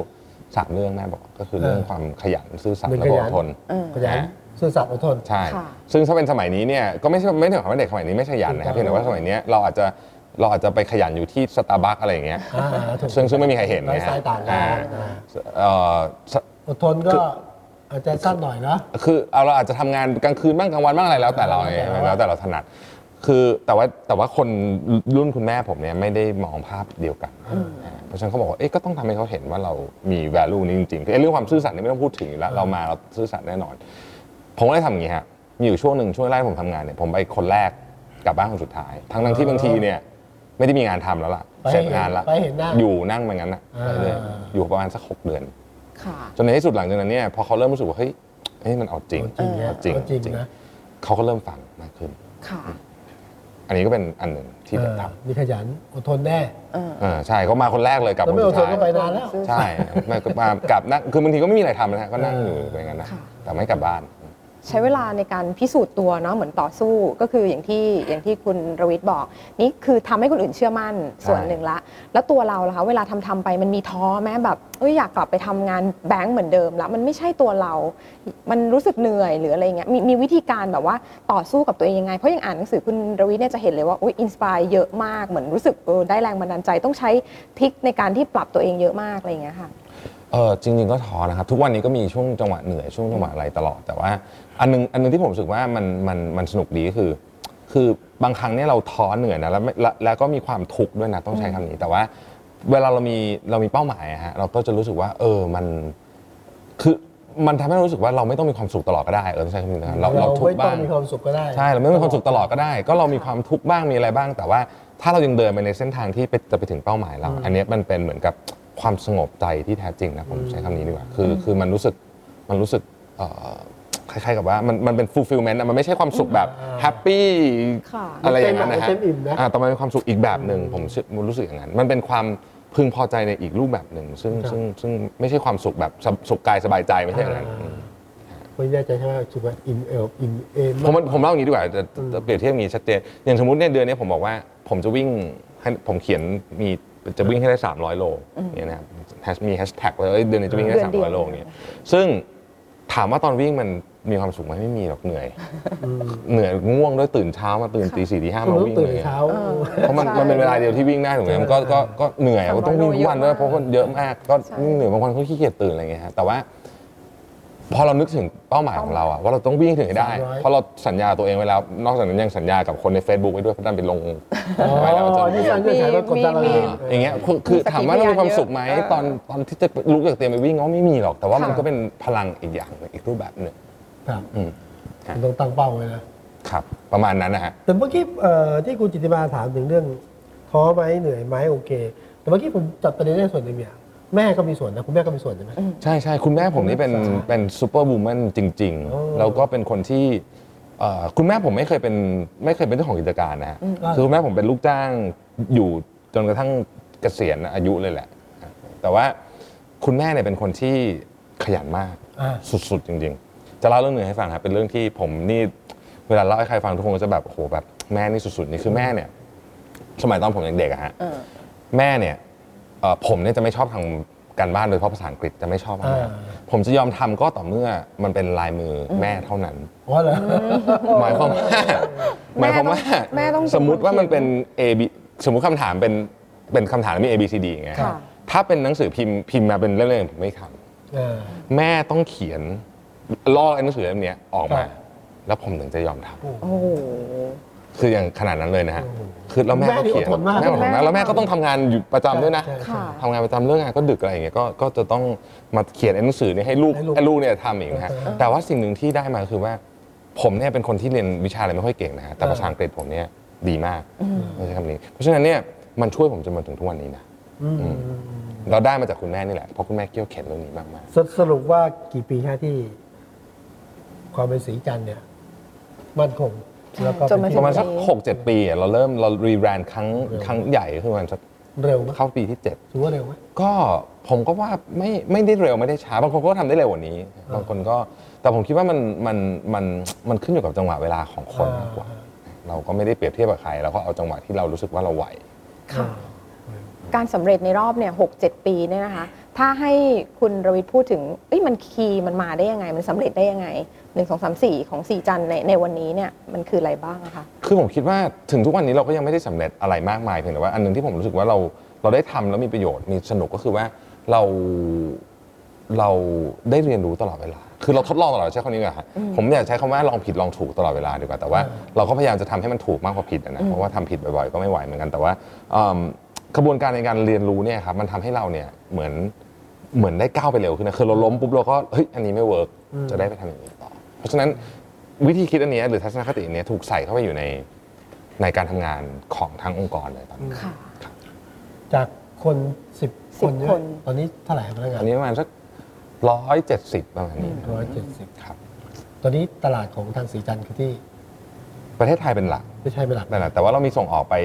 สามเรื่องแม่บอกก็คือเรื่องความขยันซื่อสัตย์ เป็น และก็ ข อ ยัน ดทน ขยันซื่อสัตย์อดทน ใช่ ค่ะ ซึ่งถ้าเป็นสมัยนี้เนี่ยก็ไม่ใช่ไม่ถึงกับว่าเด็กสมัยนี้ไม่ขยันนะครัถูบเพีย ก ง ต้อง แต่ว่าสมัยเนี้ยเราอาจจะเราอาจจะไปขยันอยู่ที่สตาร์บัคอะไรอย่างเงี้ย อ่าถูก ซึ่งซึ่งไม่มีใครเห็น ไร้ นะฮะ สายต่างกั อ่าน อ่า เอ่อ อดทนก็อาจจะสั้นหน่อยเนาะ คือเอาเราอาจจะทำงานกลางคืนบ้างกลางวันบ้างอะไรแล้วแต่เรา แล้วแต่เรา แล้วแต่เราถนัด คือแต่ว่าแต่ว่าคนรุ่นคุณแม่ผมเนี่ยไม่ได้มองภาพเดียวกันอ่าเพราะฉะนั้นเขาบอกว่าเอ๊ะก็ต้องทำให้เขาเห็นว่าเรามี value นี้จริงๆคือไอ้เรื่องความซื่อสัตย์เนี่ยไม่ต้องพูดถึงอยู่แล้วเรามาเราซื่อสัตย์แน่นอน ผมก็เลยทำอย่างนี้ฮะมีอยู่ช่วงหนึ่งช่วงแรกผมทำงานเนี่ยผมไปคนแรกกลับบ้านคนสุดท้าย ทั้งนั้นที่บางทีเนี่ยไม่ได้มีงานทำแล้วล่ะ ไป เสร็จงานละ ไปเห็นหน้า อยู่นั่งแบบนั้นอะ อ่า ไปเรื่อยอยู่ประมาณสักหกเดือน ค่ะ จนในที่สุดหลังจากนั้นเนี่ยพอเขาเริ่มรู้สึกว่าเฮ้ยเฮ้ยมันเอาจริง เอาจริงนะ จริง เอาจริง จริง นะ เขาก็เริ่มฟังมากขึ้น ค่ะ อันนี้ก็เป็นอันหนึ่งที่ผมเอทอมีขยันอดทนแน่ เออ ำเออใช่เขามาคนแรกเลยกลับ แล้ว คน ไม่อ สุ ดทดน ท้าย ก็ไปนานแล้ว ใช่ ไม่ก็มากลับนั่งคือบางทีก็ไม่มีอะไรทำนะฮะก็นั่ง เออ อ อ ยู่ไปงั้นนะ ค่ะ แต่ไม่กลับบ้าน ใช้เวลาในการพิสูจน์ตัวเนาะเหมือนต่อสู้ก็คืออย่างที่อย่างที่คุณรวิทย์บอก นี่คือทำให้คนอื่นเชื่อมั่นส่วนหนึ่งละ แล้วตัวเราล่ะคะเวลาทำทำๆไปมันมีท้อแม้แบบเอ้ยอยากกลับไปทำงานแบงก์เหมือนเดิมละมันไม่ใช่ตัวเรา มันรู้สึกเหนื่อยหรืออะไรเงี้ยมีมีวิธีการแบบว่าต่อสู้กับตัวเองยังไง เพราะอย่างอ่านหนังสือคุณรวิทย์เนี่ยจะเห็นเลยว่าอุ้ยอินสปายเยอะมากเหมือนรู้สึกเออได้แรงบันดาลใจต้องใช้ทริคในการที่ปรับตัวเองเยอะมากอะไรเงี้ยค่ะ เออจริง ๆ ก็ท้อนะครับ ทุกวันนี้ก็มีช่วงจังหวะเหนื่อยช่วงจังหวะอะไรตลอด แต่ว่า อันหนึงอันหนึงที่ผมรู้สึกว่ามันมันมันสนุกดีก็คือ คือบางครั้งเนี่ยเราท้อเหนื่อยนะแล้วไม่แล้วแล้วก็มีความทุกข์ด้วยนะต้องใช้คำนี้ แต่ว่าเวลาเรามีเรามีเป้าหมายอะฮะเราก็จะรู้สึกว่า เออมันคือมันทำให้เรารู้สึกว่าเราไม่ต้องมีความสุขตลอดก็ได้เออต้องใช้คำนี้นะครับเราเราทุก ไม่ ข์ ต้อ บ้าง ง มีความสุขก็ได้ ใช่เราไม่มีความสุขตลอดก็ได้ ก็เรามีความทุกข์บ้างมีอะไรบ้าง แต่ว่าถ้าเรายังเดินไปในเส้นทางที่ไปจะไปถึงเป้าหมายเรา อันเนี้ยมันเป็นเหมือนกับความสงบใจที่แท้จริงนะผมใช้คำนี้ดีกว่าคือคือมันรู้สึกมันรู้สึกเอ่อคล้ายๆกับว่ามันมันเป็น fulfillment อะมันไม่ใช่ความสุขแบบแฮปปี้ ค่ะ อะไรอย่างนั้นนะฮะ เต็มอิ่มนะ อ่าแต่มันเป็นความสุขอีกแบบหนึ่งผมเชื่อผมรู้สึกอย่างนั้น มันเป็นความพึงพอใจในอีกรูปแบบหนึ่งซึ่ง ครับ ซึ่งซึ่งไม่ใช่ความสุขแบบสุขกายสบายใจไม่ใช่อย่างนั้นอืม ไม่แน่ใจใช่ไหมคิดว่าอิ่มเอวอิ่มเอม ผมว่าผมเล่าอย่างนี้ดีกว่าจะจะเปรียบเทียบอย่างนี้ชัดเจนอย่างสมมติเนี่ยเดือนนี้ผมบอกว่า ผมจะวิ่งให้ผมเขียนมีจะวิ่งให้ได้ 300 โลเนี่ยนะครับ hash- มีแฮชแท็กเลยเอ้ยเดือนนี้จะวิ่งให้ได้ เดือนเดียว 300 โลเนี่ยซึ่งถามว่าตอนวิ่งมันมีความสุขไหมไม่มีหรอกเหนื่อย เหนื่อยง่วงด้วยตื่นเช้ามาตื่นตีสี่ตีห้ามา คุณต้อ วิ่ ง ง ตื่น เลย เช้า เออ เพราะมัน ใช่ มันเป็นเวลาเดียวที่วิ่งได้ถูกไหมมันก็ก็ก็เหนื่อยอะ สามร้อย ต้องวิ่งทุกวันด้วยเพราะคนเยอะมากก็ ใช่ เหนื่อยบางคนเขาขี้เกียจตื่นอะไรเงี้ยฮะแต่ว่า พอเรานึกถึงเป้าหมายของเราอะว่าเราต้องวิ่งให้ถึงให้ได้ 300 เพราะเราสัญญาตัวเองไว้แล้ว นอกจากนั้นยังสัญญากับคนใน Facebook ไว้ด้วยเพราะดันไปลงไว้แล้วว่าจะ นี่การเงื่อนไขว่า มี กดดันเรา มี อ่าอย่างเงี้ยคือคือถามว่าเรามีความสุขไหม เออ ตอนตอนที่จะลุกจากเตียงไปวิ่งก็ไม่มีหรอก แต่ว่ามัน ค่ะ ก็เป็นพลังอีกอย่างหนึ่งอีกรูปแบบหนึ่ง ครับ อืม คุณต้องตั้งเป้าไว้นะครับ ประมาณนั้นนะฮะ แต่เมื่อกี้เอ่อที่คุณจิตติมาถามถึงเรื่องท้อไหมเหนื่อยไหมโอเค แต่เมื่อกี้ผมจับประเด็นได้ส่วนหนึ่งเนี่ยแม่ก็มีส่วนนะคุณแม่ก็มีส่วนใช่ไหม ใช่ใช่คุณแม่ผมนี่เป็นเป็นซูเปอร์บูมแมนจริง โอ้ ๆ แล้วก็เป็นคนที่เอ่อคุณแม่ผมไม่เคยเป็นไม่เคยเป็นเจ้าของกิจการนะฮะ อ่า คือคุณแม่ผมเป็นลูกจ้างอยู่จนกระทั่งเกษียณอายุเลยแหละ แต่ว่าคุณแม่เนี่ยเป็นคนที่ขยันมาก อ่า สุดๆ จริงๆ จะเล่าเรื่องหนึ่งให้ฟังครับเป็นเรื่องที่ผมนี่เวลาเล่าให้ใครฟังทุกคนก็จะแบบโอ้โหแบบแม่นี่สุดๆนี่คือแม่เนี่ย สมัยตอนผมยังเด็กอะฮะ เออ แม่เนี่ยเอ่อผมเนี่ยจะไม่ชอบทางการบ้านโดยเฉพาะภาษาอังกฤษจะไม่ชอบมาก อ่า ผมจะยอมทำก็ต่อเมื่อมันเป็นลายมือแม่เท่านั้น อ๋อเหรอ หมายความว่าหมายความว่า แม่ต้อง สมมติว่ามันเป็น A B สมมติคำถามเป็นเป็นคำถามมี A B C D อย่างเงี้ย ค่ะ ถ้าเป็นหนังสือพิมพ์พิมพ์มาเป็นเล่มๆผมไม่ทำ เออ แม่ต้องเขียนลอกไอ้หนังสือเล่มเนี้ยออกคมารับ แล้วผมถึงจะยอมท โอ้โห ำคืออย่างขนาดนั้นเลยนะฮะคือแล้วแม่ก็เขียน แม่นี่อดทนมาก แม่อดทนมากแล้วแม่ก็ต้องทำงานอยู่ประจำด้วยนะ ใช่ใช่ ค่ะ ทำงานประจำเรื่องงานก็ดึกอะไรอย่างเงี้ยก็ก็จะต้องมาเขียนไอ้หนังสือเนี่ยให้ลูก ให้ลูก ให้ลูกเนี่ยทำอีกนะฮะ เออ แต่ว่าสิ่งหนึ่งที่ได้มาคือว่า ผมเนี่ยเป็นคนที่เรียนวิชาอะไรไม่ค่อยเก่งนะฮะแต่ เออ ภาษาอังกฤษผมเนี่ยดีมากใช้คำนี้ เพราะฉะนั้นเนี่ยมันช่วยผมจนมาถึงทุกวันนี้นะ อืม เราได้มาจากคุณแม่นี่แหละเพราะคุณแม่เกี่ยวเข็นเรื่องนี้มากๆ สรุปสรุปว่ากี่ปีฮะที่ ความเป็นสีจันทร์เนี่ย มั่นคงแล้วก็ จนมาถึ เป็นที่งประมาณสักหกเจ็ดปีอ่ะเราเริ่มเรารีแบรนด์ครั้งครั้งใหญ่คือประมาณสัก เร็วไหม เข้าปีที่ 7 ถือว่าเร็วไหม ก็ผมก็ว่าไม่ไม่ได้เร็วไม่ได้ช้า บางคนก็ทำได้เร็วกว่านี้ บางคนก็แต่ผมคิดว่ามันมันมันมันขึ้นอยู่กับจังหวะเวลาของคนมากกว่า เราก็ไม่ได้เปรียบเทียบกับใครเราก็เอาจังหวะที่เรารู้สึกว่าเราไหว ค่ะ การสำเร็จในรอบเนี่ยหกเจ็ดปีเนี่ยนะคะ ถ้าให้คุณรวิทย์พูดถึงเอ้ยมันคีย์มันมาได้ยังไง มันสำเร็จได้ยังไงหนึ่งสองสามสี่ของสี่จันทร์ในในวันนี้เนี่ยมันคืออะไรบ้างอะคะ คือผมคิดว่าถึงทุกวันนี้เราก็ยังไม่ได้สำเร็จอะไรมากมายเพียงแต่ว่าอันหนึงที่ผมรู้สึกว่าเราเราได้ทำแล้วมีประโยชน์มีสนุกก็คือว่าเราเราได้เรียนรู้ตลอดเวลา คือเราทดลองตลอดใช้คำนี้ดีกว่าฮะผมอยากใช้คำว่าลองผิดลองถูกตลอดเวลาดีกว่าแต่ว่า เราก็พยายามจะทำให้มันถูกมากกว่าผิดอะนะเพราะว่าทำผิดบ่อยๆก็ไม่ไหวเหมือนกันแต่ว่าเอิ่มกระบวนการในการเรียนรู้เนี่ยครับมันทำให้เราเนี่ยเหมือนเหมือนได้ก้าวไปเร็วขึ้นนะคือเราล้มปุ๊บเราก็เฮ้ยอันนี้ไม่เวิร์ก อืม จะได้ไปทำอย่างอื่นต่อ เพราะฉะนั้นวิธีคิดอันเนี้ยหรือทัศนคติอันเนี้ยถูกใส่เข้าไปอยู่ในในการทำงานของทั้งองค์กรเลยตอนนี้ ค่ะ จากคนสิบ 10 คนเนี่ย คน ตอนนี้เท่าไหร่พนักงานอันนี้ประมาณสักร้อยเจ็ดสิบประมาณนี้ ร้อยเจ็ดสิบ ครับ ตอนนี้ตลาดของทางสีจันทร์คือที่ ประเทศไทยเป็นหลัก ไม่ใช่เป็นหลัก นั่นแหละแต่ว่าเรามีส่งออกไป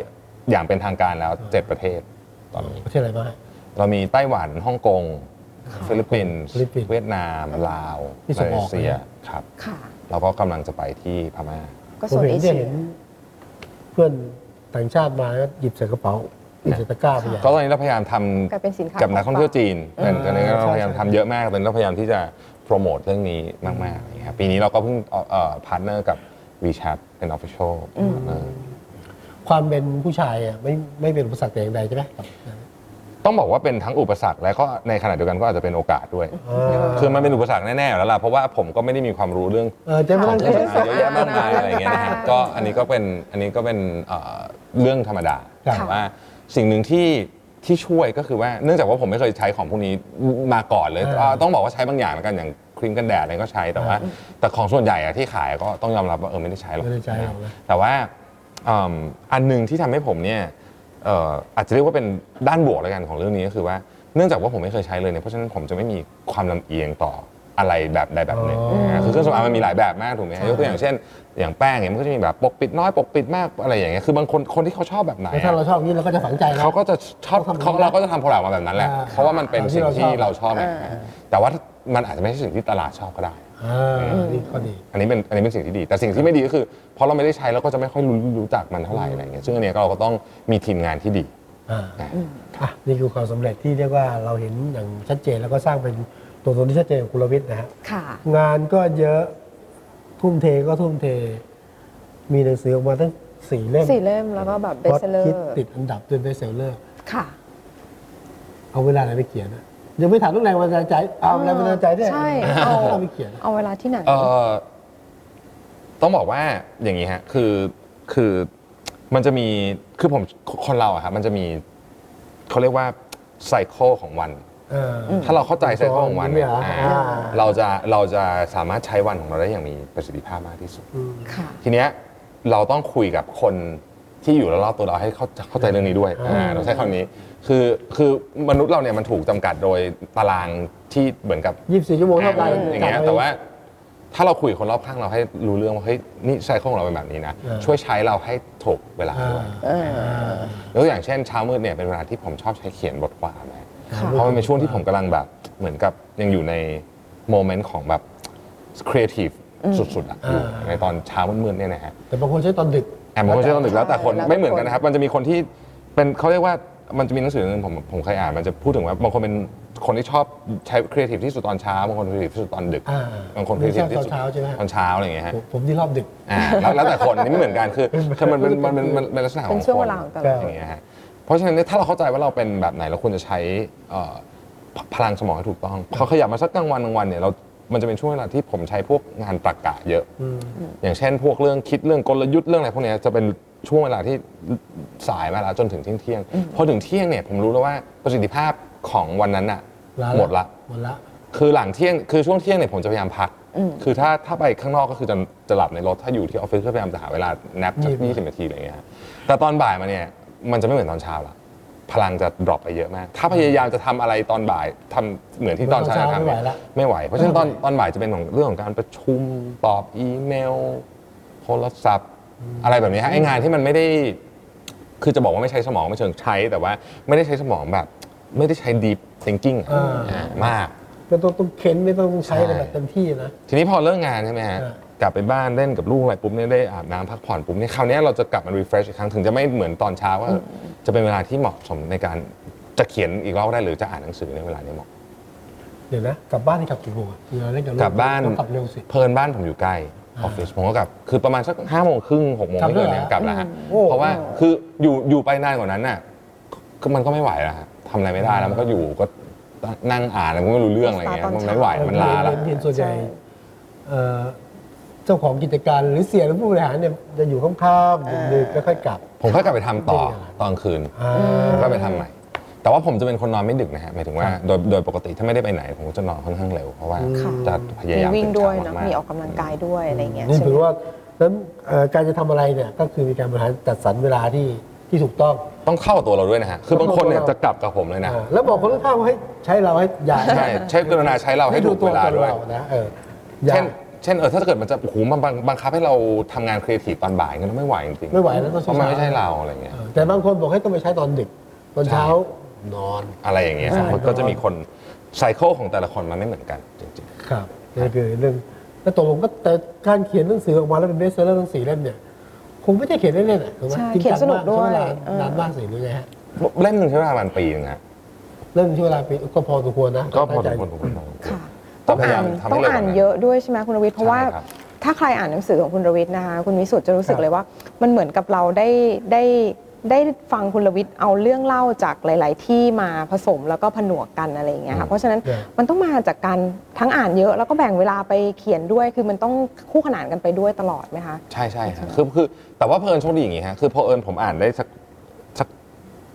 อย่างเป็นทางการแล้วเจ็ดประเทศตอนนี้ ประเทศอะไรบ้างฮะ เรามีไต้หวันฮ่องกง ฟิลิปปินส์ ฟิลิปปินส์ เวียดนามลาว ที่ส่ มาง เล ออกนะ เซียครับ ค่ะ เราก็กำลังจะไปที่พม่า ก็ ผม ส่วน เห็น เอ เนี่ย เชีย เห็นเพื่อนต่างชาติมาแล้วหยิบใส่กระเป๋าหยิบใส่ตะกร้าไปอย่าง ก็ตอนนี้เราพยายามทำ กลายเป็นสินค้า กับนักท่องเที่ยวจีน อ่า ตอนนี้เราพยายาม ใช่ ทำเยอะมากตอนนี้เราพยายามที่จะโปรโมทเรื่องนี้มากๆนะครับปีนี้เราก็เพิ่งพาร์ทเนอร์กับ WeChat เป็น Official อืม partner ความเป็นผู้ชายอ่ะไม่ไม่เป็นอุปสรรคแต่อย่างใดใช่ไหมครับ ต้องบอกว่าเป็นทั้งอุปสรรคและก็ในขณะเดียวกันก็อาจจะเป็นโอกาสด้วย คือมันเป็นอุปสรรคแน่ๆอยู่แล้วล่ะเพราะว่าผมก็ไม่ได้มีความรู้เรื่อง เออเจะมา เย นั่ง อะ คิด แยะมากมายอะไรอย่างเงี้ยนะครับก็อันนี้ก็เป็นอันนี้ก็เป็นเอ่อเรื่องธรรมดา ครับ แต่ว่าสิ่งหนึ่งที่ที่ช่วยก็คือว่าเนื่องจากว่าผมไม่เคยใช้ของพวกนี้มาก่อนเลยแต่ว่าต้องบอกว่าใช้บางอย่างแล้วกันอย่างครีมกันแดดอะไรก็ใช้แต่ว่า แต่ของส่วนใหญ่อะที่ขายก็ต้องยอมรับว่าเออไม่ได้ใช้หรอก ไม่ได้ใช้หรอกนะ แต่ว่าเอิ่มอันหนึ่งที่ทำให้ผมเนี่ยเอ่ออาจจะเรียกว่าเป็นด้านบวกแล้วกันของเรื่องนี้ก็คือว่าเนื่องจากว่าผมไม่เคยใช้เลยเนี่ยเพราะฉะนั้นผมจะไม่มีความลำเอียงต่ออะไรแบบใดแบบหนึ่ง อ๋อ คือเครื่องสำอางมันมีหลายแบบมากถูกไหมฮะ ใช่ ยกตัวอย่างเช่น อย่างแป้งเนี่ยมันก็จะมีแบบปกปิดน้อยปกปิดมากอะไรอย่างเงี้ยคือบางคนคนที่เขาชอบแบบไหน แล้วถ้าเรา อะ ชอบอย่างนี้เราก็จะฝังใจนะ เขาก็จะชอบ เขา เขา ทำ เราก็จะทำโปรดักต์มาแบบนั้นแหละ อ่า เพราะว่ามันเป็นสิ่งที่เราชอบไง อ่า แต่ว่ามันอาจจะไม่ใช่สิ่งที่ตลาดชอบก็ได้ อ่านี่ก็ดี อันนี้เป็นอันนี้เป็นสิ่งที่ดี แต่สิ่งที่ไม่ดีก็คือพอเราไม่ได้ใช้เราก็จะไม่ค่อยรู้รู้จักมันเท่าไหร่อะไรอย่างเงี้ยซึ่งอันเนี้ยก็เราก็ต้องมีทีมงานที่ดี อ่าอ่ะนี่คือความสำเร็จที่เรียกว่าเราเห็นอย่างชัดเจนแล้วก็สร้างเป็นตัวตนที่ชัดเจนของคุณรวิทย์นะฮะ ค่ะ งานก็เยอะทุ่มเทก็ทุ่มเท มีหนังสือออกมาตั้งสี่เล่ม สี่เล่มแล้วก็แบบเบส พอด เซอร์ คิดติดอันดับเป็นเบสเซลเลอร์ ค่ะ เอาเวลาไหนไปเขียนอะยังไม่ถามเรื่องแรงบันดาลใจเอาแรงบันดาลใจด้วย ใช่เอา เอาไปเขียน เอาเวลาที่ไหน เอ่อต้องบอกว่าอย่างนี้ฮะคือคือมันจะมีคือผมคนเราอะครับมันจะมีเขาเรียกว่าไซเคิลของวัน เอออ ถ้าเราเข้าใจไซเคิลของวันเนี่ย อ่า อ่าเราจะเราจะสามารถใช้วันของเราได้อย่างมีประสิทธิภาพมากที่สุด อืม ค่ะ ทีเนี้ยเราต้องคุยกับคนที่อยู่รอบๆตัวเราให้เข้าเข้าใจเรื่องนี้ด้วย อืม อ่าเราใช้คำนี้คือคือมนุษย์เราเนี่ยมันถูกจำกัดโดยตารางที่เหมือนกับ ยี่สิบสี่ชั่วโมงเท่ากัน อย่างเงี้ย จัดไ แต่ว่าถ้าเราคุยกับคนรอบข้างเราให้รู้เรื่องว่าเฮ้ยนี่ใช้ของเราเป็นแบบนี้นะ เออ ช่วยใช้เราให้ถูกเวลา อ่า ด้วย เออ ยกตัวอย่างเช่นเช้ามืดเนี่ยเป็นเวลาที่ผมชอบใช้เขียนบทความนะ ค่ะ เพราะมันเป็นช่วงที่ผมกำลังแบบเหมือนกับยังอยู่ในโมเมนต์ของแบบครีเอทีฟสุดๆอะอยู่ในตอนเช้ามืดๆเนี่ยนะฮะ แต่บางคนใช้ตอนดึก แอมบางคนเชื่อตอนดึกแล้วแต่คน แล้วแต่คน ไม่เหมือนกันนะครับ มันจะมีคนที่เป็นเขาเรียกว่ามันจะมีหนังสือหนึ่งผมผมเคยอ่านมันจะพูดถึงว่าบางคนเป็นคนที่ชอบใช้ครีเอทีฟที่สุดตอนเช้าบางคนครีเอทีฟที่สุดตอนดึก อ่า บางคนครีเอทีฟที่สุด ตอนเช้าใช่ไหมฮะ ตอนเช้าอะไรอย่างเงี้ยฮะ ผมผมที่รอบดึก อ่าแล้วแล้วแต่คนนี่ไม่เหมือนกันคือคือมันเป็นมันเป็นมันเป็นลักษณะข เป็ อน ง ช่วง ค เวน ลาของแต่ ครั ละ บ อย่างเงี้ยฮะเพราะฉะนั้นเนี่ยถ้าเราเข้าใจว่าเราเป็นแบบไหนเราควรจะใช้เอ่อพพลังสมองให้ถูกต้องพอขยับมาสักกลางวันกลางวันเนี่ยเรามันจะเป็นช่วงเวลาที่ผมใช้พวกงานตรรกะเยอะ อืม อย่างเช่นพวกเรื่องคิดเรื่องกลยุทธ์เรื่องอะไรพวกเนี้ยจะเป็นช่วงเวลาที่สายมาแล้วจนถึงเที่ยงเที่ยงพอถึงเที่ยงเนี่ยผมรู้แล้วว่าประสิทธิภาพของวันนั้นอะ แล้ว หมดละ หมดละ คือหลังเที่ยงคือช่วงเที่ยงเนี่ยผมจะพยายามพัก คือถ้าถ้าไปข้างนอกก็คือจะจะหลับในรถถ้าอยู่ที่ออฟฟิศก็พยายามจะหาเวลาแนปสัก ยี่ ยี่ สิ สิบบ นาทีอะไรอย่างเงี้ยฮะแต่ตอนบ่ายมาเนี่ยมันจะไม่เหมือนตอนเช้าละพลังจะดรอปไปเยอะมาก ถ้าพยายามจะทำอะไรตอนบ่ายทำเหมือนที่ตอนเช้าจะทำ ไม่ไหว เนี่ย ละ ไม่ไหว เพราะฉะนั้นตอนตอนบ่ายจะเป็นของเรื่องของการประชุมตอบอีเมลโทรศัพท์ อะไรแบบนี้ฮะไองานที่มันไม่ได้ คือจะบอกว่าไม่ใช้สมองไม่เชิงใช้แต่ว่าไม่ได้ใช้สมองแบบ ไม่ได้ใช้ deep thinking อะ อ่า อ่ามาก ไม่ต้องต้องเข็นไม่ต้องใช้อะไรแบบเต็มที่นะ ทีนี้พอเลิกงานใช่ไหมฮะ อ่าก ลับไปบ้านเล่นกับลูกอะไรปุ๊บเนี่ยได้อาบน้ำพักผ่อนปุ๊บเนี่ยคราวเนี้ยเราจะกลับมา refresh อีกครั้งถึงจะไม่เหมือนตอนเช้าว่าจะเป็นเวลาที่เหมาะสมในการจะเขียนอีกรอบได้หรือจะอ่านหนังสือในเวลานี้เหมาะ เดี๋ยวนะ กลับบ้านนี่กลับกี่โมงอะเวลาเล่นกับลูก กลับบ้าน ต้องกลับเร็วสิ เพลินบ้านผมอยู่ใกล้ออฟฟิศผมก็กลับคือประมาณสักห้าโมงครึ่งหกโมง กลับ ไม่เกินเนี่ย ด้วยเหรอก ลับแล้วฮะ โอ้ เพราะว่าคืออยู่อยู่ไปนานกว่านั้นน่ะก็มันก็ไม่ไหวแล้วฮะทำอะไรไม่ได้แล้วมันก็อยู่ก็นั่งอ่านอะไรมันก็ไม่รู้เรื่องอะไรเงี้ยมันไม่ไหวมันล้าแล้ว เห็นส่วนใหญ่ ใช่ เอ่อเจ้าของกิจการหรือเสียหรือผู้บริหารเนี่ยจะอยู่ค่ำๆดึกๆแล้วค่อยกลับ ผมก็กลับไปทำต่อตอนคืน อ่า ผมก็ไปทำใหม่ แต่ว่าผมจะเป็นคนนอนไม่ดึกนะฮะหมายถึงว่าโดยโดยปกติถ้าไม่ได้ไปไหน ผมก็จะนอนค่อนข้างเร็ว เพราะว่า ค่ะ จะพยา มี ยาม วิ่งด้วย ตื่ นะ เช้าากๆ มีออกกำลังกายด้วยอะไรเงี้ย นี่ ใช่ ถือ ไหม ว่านั้นเอ่อการจะทำอะไรเนี่ยก็คือมีการบริหารจัดสรรเวลาที่ที่ถูกต้อง ต้องเข้ากับตัวเราด้วยนะฮะ คือบางคนเนี่ยจะกลับกับผมเลยนะ อ่าแล้วบอกคนข้างๆว่าให้ใช้เราให้อย่า ใช่ใช้กรุณาใช้เราให้ถูกเวลาด้วย ให้ตัตนเรนะเอออย่า เช่น เช่นเออถ้าเกิดมันจะโอ้โหมันบังบังคับให้เราทำงานครีเอทีฟตอนบ่ายเงี้ยไม่ไหวจริงๆ ไม่ไหวแล้วต้อง เพราะมันไม่ใช่เราอะไรเงี้ย เออแต่บางคนบอกให้ต้องไปใช้ตอนดึก ตอนเช้า ใช่ นอน อะไรอย่างเงี้ยครับ ใช่ มันก็จะมีคนไซเคิลของแต่ละคนมันไม่เหมือนกันจริงๆ ครับนี่คือเรื่องแล้วตกลงก็แต่การเขียนหนังสือออกมาแล้วเป็นเบสเซอร์ทั้งสี่เล่มเนี่ยคงไม่ใช่เขียนเล่นๆอ่ะถูกไหม ใช่ จริง เขียน จัง สนุกด้ว มาย ใช้เลา เออ นานมากสิหรือไงฮะ เล่นหนึ่งใช้เวลาประมาณปีนึงฮะ เริ่มที่เวลาปีก็พอสมควรนะ ก็พอสมควร ตั้งใจ ผมก็พอสมควร ค่ะ ก็ ต้อง พอ่ายยาาน มทำ ต้องให้เร็วก อ่า ว่าน นั้น เยอะด้วยใช่ไหมคุณรวิทย์เพราะว่า ใช่ครับ ถ้าใครอ่านหนังสือของคุณรวิทย์นะคะคุณวิสุทธ์จะรู้สึกเลยว่า มันเหมือนกับเราได้ได้ ได้ฟังคุณรวิทย์เอาเรื่องเล่าจากหลาย ๆ ที่มาผสมแล้วก็ผนวกกันอะไรอย่างเงี้ย อื ค่ะ ม เพราะฉะนั้น ครับ มันต้องมาจากการทั้งอ่านเยอะแล้วก็แบ่งเวลาไปเขียนด้วย คือมันต้องคู่ขนานกันไปด้วยตลอดไหมคะ ใช่ใช่ฮะคือคือแต่ว่าเพลินโชคดีอย่างงี้ฮะคือพอเอิญผมอ่านได้สักสัก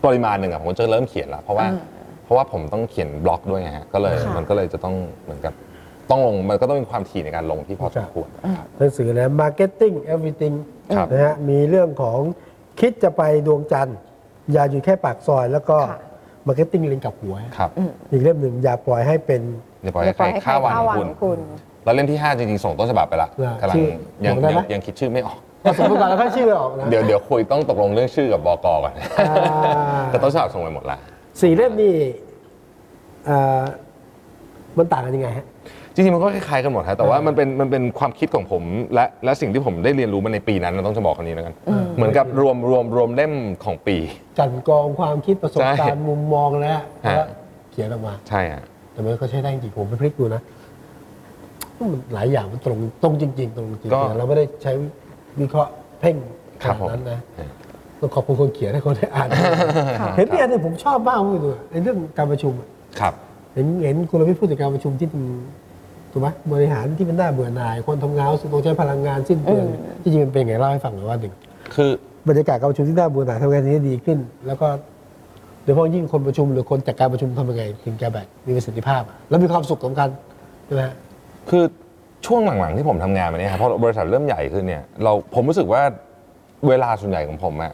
ปริมาณหนึ่งอะผมก็จะเริ่มเขียนละเพราะว่า อ่า เพราะว่าผมต้องเขียนบล็อกด้วยไงฮะก็เลย ค่ะ มันก็เลยจะต้องเหมือนกับต้องลงมันก็ต้องมีความถี่ในการลงที่พอสมควรนะครับ หนังสือนะ marketing everything ครับ นะฮะมีเรื่องของคิดจะไปดวงจันทร์อย่าอยู่แค่ปากซอยแล้วก็ ค่ะ marketing ลิงกับหัว ครับ อีกเล่มหนึ่งอย่าปล่อยให้เป็น เดี๋ยวปล่อยให้ใครข้าววางของคุณ คุณ แล้วเล่มที่ 5 จริงๆ ส่งต้นฉบับไปละ เหรอก ำลัง ชื่อ ยัง บอกได้ ยัง ไหม ยังคิดชื่อไม่ออก ผสมกันแล้วก็ชื่อออกนะ เดี๋ยวเดี๋ยวคุยต้องตกลงเรื่องชื่อกับบกก่อน อ่า แต่ต้นฉบับส่งไปหมดละ สี่เล่มนี่อ่ามันต่างกันยังไงฮะ จริงๆ มันก็คล้ายๆกันหมดฮะแต่ว่ามันเป็นมันเป็นความคิดของผมและและสิ่งที่ผมได้เรียนรู้มาในปีนั้นนะต้องจะบอกคนนี้แล้วกัน อืม เหมือนกับรวมรวมรวมเล่มของปี จัดกรองความคิดประสบการ ใช่ ณ์มุมมองแล้ว ฮะ แล้วเขียนออกมา ใช่ฮะ แต่มันก็ใช้ได้จริงผมไปพลิกดูนะมันหลายอย่างมันตรงตรงจริง ๆ ตรงจริงๆนะเราไม่ได้ใช้วิเคราะห์เพ่งข ครับ นาด ผม นั้นนะต้องขอบคุณคนเขียนให้คนได้อ่าน ค่ะ เห็นพี่อันเนี่ยผมชอบมากเลยดูในเรื่องการประชุมอะ ครับ เห็นเห็นคุณรวิทย์พูดถึงการประชุมที่มันถูกไหมบริหารที่มันน่าเบื่อหน่าย คนทำงานรู้สึกต้องใช้พลังงานสิ้นเปลืองที่จริงมันเป็นไงเล่าให้ฟังหน่อยว่าหนึ่ง คือรบรยากาศการประชุมที่น่าเบื่อหน่ายทำงานนี้ดีขึ้น แล้วก็โดยเฉพาะยิ่งคนประชุมหรือคนจัดการประชุมทำยังไงถึงจะแบบมีประสิทธิภาพอะแล้วมีความสุขสำคัญใช่ไหมฮะ คือช่วงหลังๆที่ผมทำงานมาเนี่ยครับเพราะบริษัทเริ่มใหญ่ขึ้นเนี่ยเราผมรู้สึกว่าเวลาส่วนใหญ่ของผมอะ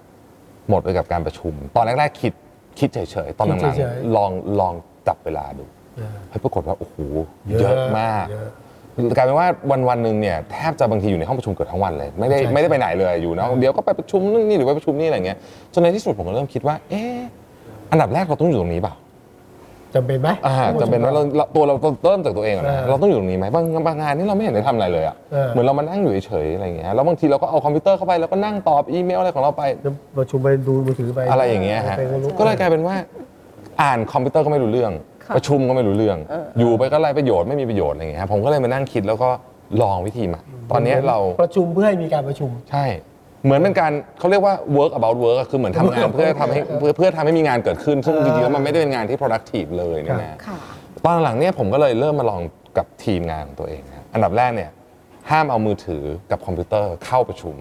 หมดไปกับการประชุม ตอนแรกๆคิดคิดเฉยๆตอนห คิ ลั ด ง เฉย ๆ ๆ ลองลองจับเวลาดู เออ เฮ้ยปรากฏว่าโอ้โห เยอะ เยอะมาก เยอะ กลายเป็นว่าวันวันๆหนึ่งเนี่ยแทบจะบางทีอยู่ในห้องประชุมเกือบทั้งวันเลย ไม่ได้ ใช่ ไม่ได้ไปไหนเลยอยู่นะ ใช่ เดี๋ยวก็ไปประชุมนู่นนี่หรือไปประชุมนี่อะไรเงี้ยจนในที่สุดผมก็เริ่มคิดว่า เอ๊ะอันดับแรกเราต้องอยู่ตรงนี้เปล่า จำเป็นไหม อ่าจำเป็นว่าเราเราตัวเราต้องเริ่มจากตัวเองก่อน เอ นะ อ เราต้องอยู่ตรงนี้ไหมบางบางงานนี่เราไม่เห็นได้ทำอะไรเลยอ่ะ เออ เหมือนเรามานั่งอยู่เฉยๆอะไรเงี้ยแล้วบางทีเราก็เอาคอมพิวเตอร์เข้าไปแล้วก็นั่งตอบอีเมลอะไรของเราไป แล้วประชุมไปดูมือถือไป อะไรอย่างเงี้ยฮะ ไปรู้ ก็เลยกลายเป็นว่า อ่านคอมพิวเตอร์ก็ไม่รู้เรื่อง ค่ะ ประชุมก็ไม่รู้เรื่อง อยู่ไปก็ไรประโยชน์ไม่มีประโยชน์อะไรอย่างเงี้ยฮะผมก็เลยมานั่งคิดแล้วก็ลองวิธีใหม่ตอนเนี้ยเรา ประชุมเพื่อให้มีการประชุม ใช่ เหมือนเป็นการเขาเรียกว่า work about work อะคือเหมือนทำงานเพื่อ ทำให้เพื่อเพื่อทำให้มีงานเกิดขึ้น ซึ่งจริงๆแล้วมันไม่ได้เป็นงานที่ productive เลยเนยนะ ค่ะ ตอนหลังเนี่ยผมก็เลยเริ่มมาลองกับทีมงานของตัวเองนะอันดับแรกเนี่ยห้ามเอามือถือกับคอมพิวเตอร์เข้าประชุม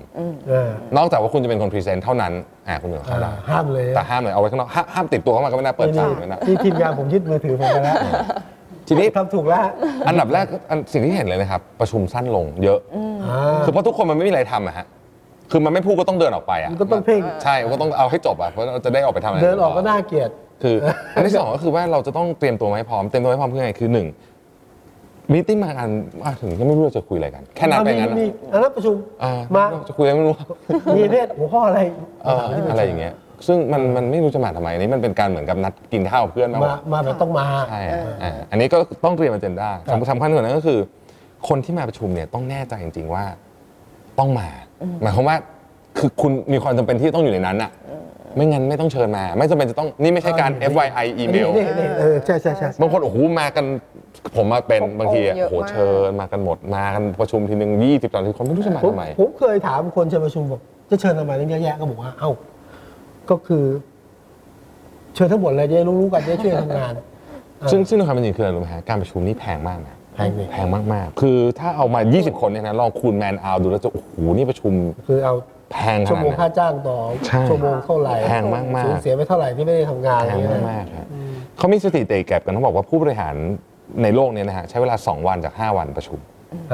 เออน อกจากว่าคุณจะเป็นคนพรีเซนต์เท่านั้นอ่าคุณถึงเข้า อ่า ได้ ห้ามเลย แต่ห้ามเลยเอาไว้ข้างนอกห้าห้ามติดตัวเข้ามาก็ไม่น่าเปิด นี่ ฉาก นี่ เลยนะ ที่ทีมงานผมยึดมือถือผมไปแล้ว ทีนี้ ทำถูกแล้ว อันดับแรกอันสิ่งที่เห็นเลยนะครับ ประชุมสั้นลงเยอะ อ่า คือเพราะทุกคนมันไม่มีอะไรทำอะฮะคือมันไม่พูดก็ต้องเดินออกไปอะ มันก็ต้องเพ่ง ใช่มันก็ต้องเอาให้จบอะเพราะเราจะได้ออกไปทำอะไร เดินออกก็น่าเกลียด คืออันที่สองก็คือว่าเราจะต้องเตรียมตัวมาให้พร้อมเตรียมตัวให้พร้อมคือไงคือหนึ่งมีติ้งมาอันมาถึงก็ไม่รู้เราจะคุยอะไรกัน แค่นัดไปงั้น มี อะ อันนั้นประชุม อ่า มา จะคุยอะไรไม่รู้ มีเรื่องหัวข้ออะไร เอออะไรอย่างเงี้ย ซึ่งมันมันไม่รู้จะมาทำไมอันนี้มันเป็นการเหมือนกับนัดกินข้าวกับเพื่อนมากก มา ว่า มาแบบต้องมา ใช่อะอ่ะอันนี้ก็ต้องเตรียม a เจนดา ครับ สำคัญกว่านั้นก็คือ คนที่มาประชุมเนี่ยต้องแน่ใจจริง ๆ ว่าต้องมา หมายความว่าคือคุณมีความจำเป็นที่ต้องอยู่ในนั้นอะไม่งั้นไม่ต้องเชิญมา ไม่จำเป็นจะต้องนี่ไม่ใช่การ FYI อีเมล นี่นี่นี่เออใช่ใช่ใช่ บางคนโอ้โหมากันผมมาเป็นบางทีอะ เย โอ้ อะ โห มาก เชิญมากันหมดมากันประชุมทีหนึ่งยี่สิบสามสิบคนไม่รู้จะมา ผม ทำไม ผมเคยถามคนเชิญประชุมบอกจะเชิญทำไมตั้งเยอะแยะก็บอกว่าเอ้าก็คือ เชิญทั้งหมดเลยจะได้รู้ๆกันจะได้ช่วยทำงาน ซึ่งซึ่งในความเป็นจริงคืออะไรรู้ไหมฮะการประชุมนี่แพงมากนะ แพงดิ แพงมากๆ คือถ้าเอามา 20 คนเนี่ยนะลองคูณแมนเอาดูแล้วจะโอ้โหนี่ประชุม คือเอา แพงข ชั่ว นาด โมง ไหน ค่าจ้างต่อ ใช่ ชั่วโมงเท่าไหร่ แพงมากๆ สูญเสียไปเท่าไหร่ที่ไม่ได้ทำงาน แพ องย่เย มากๆครับเขามีสถิติแก็บกันเขาบอกว่าผู้บริหารในโลกเนี่ยนะฮะใช้เวลา 2 วันจาก 5 วันประชุม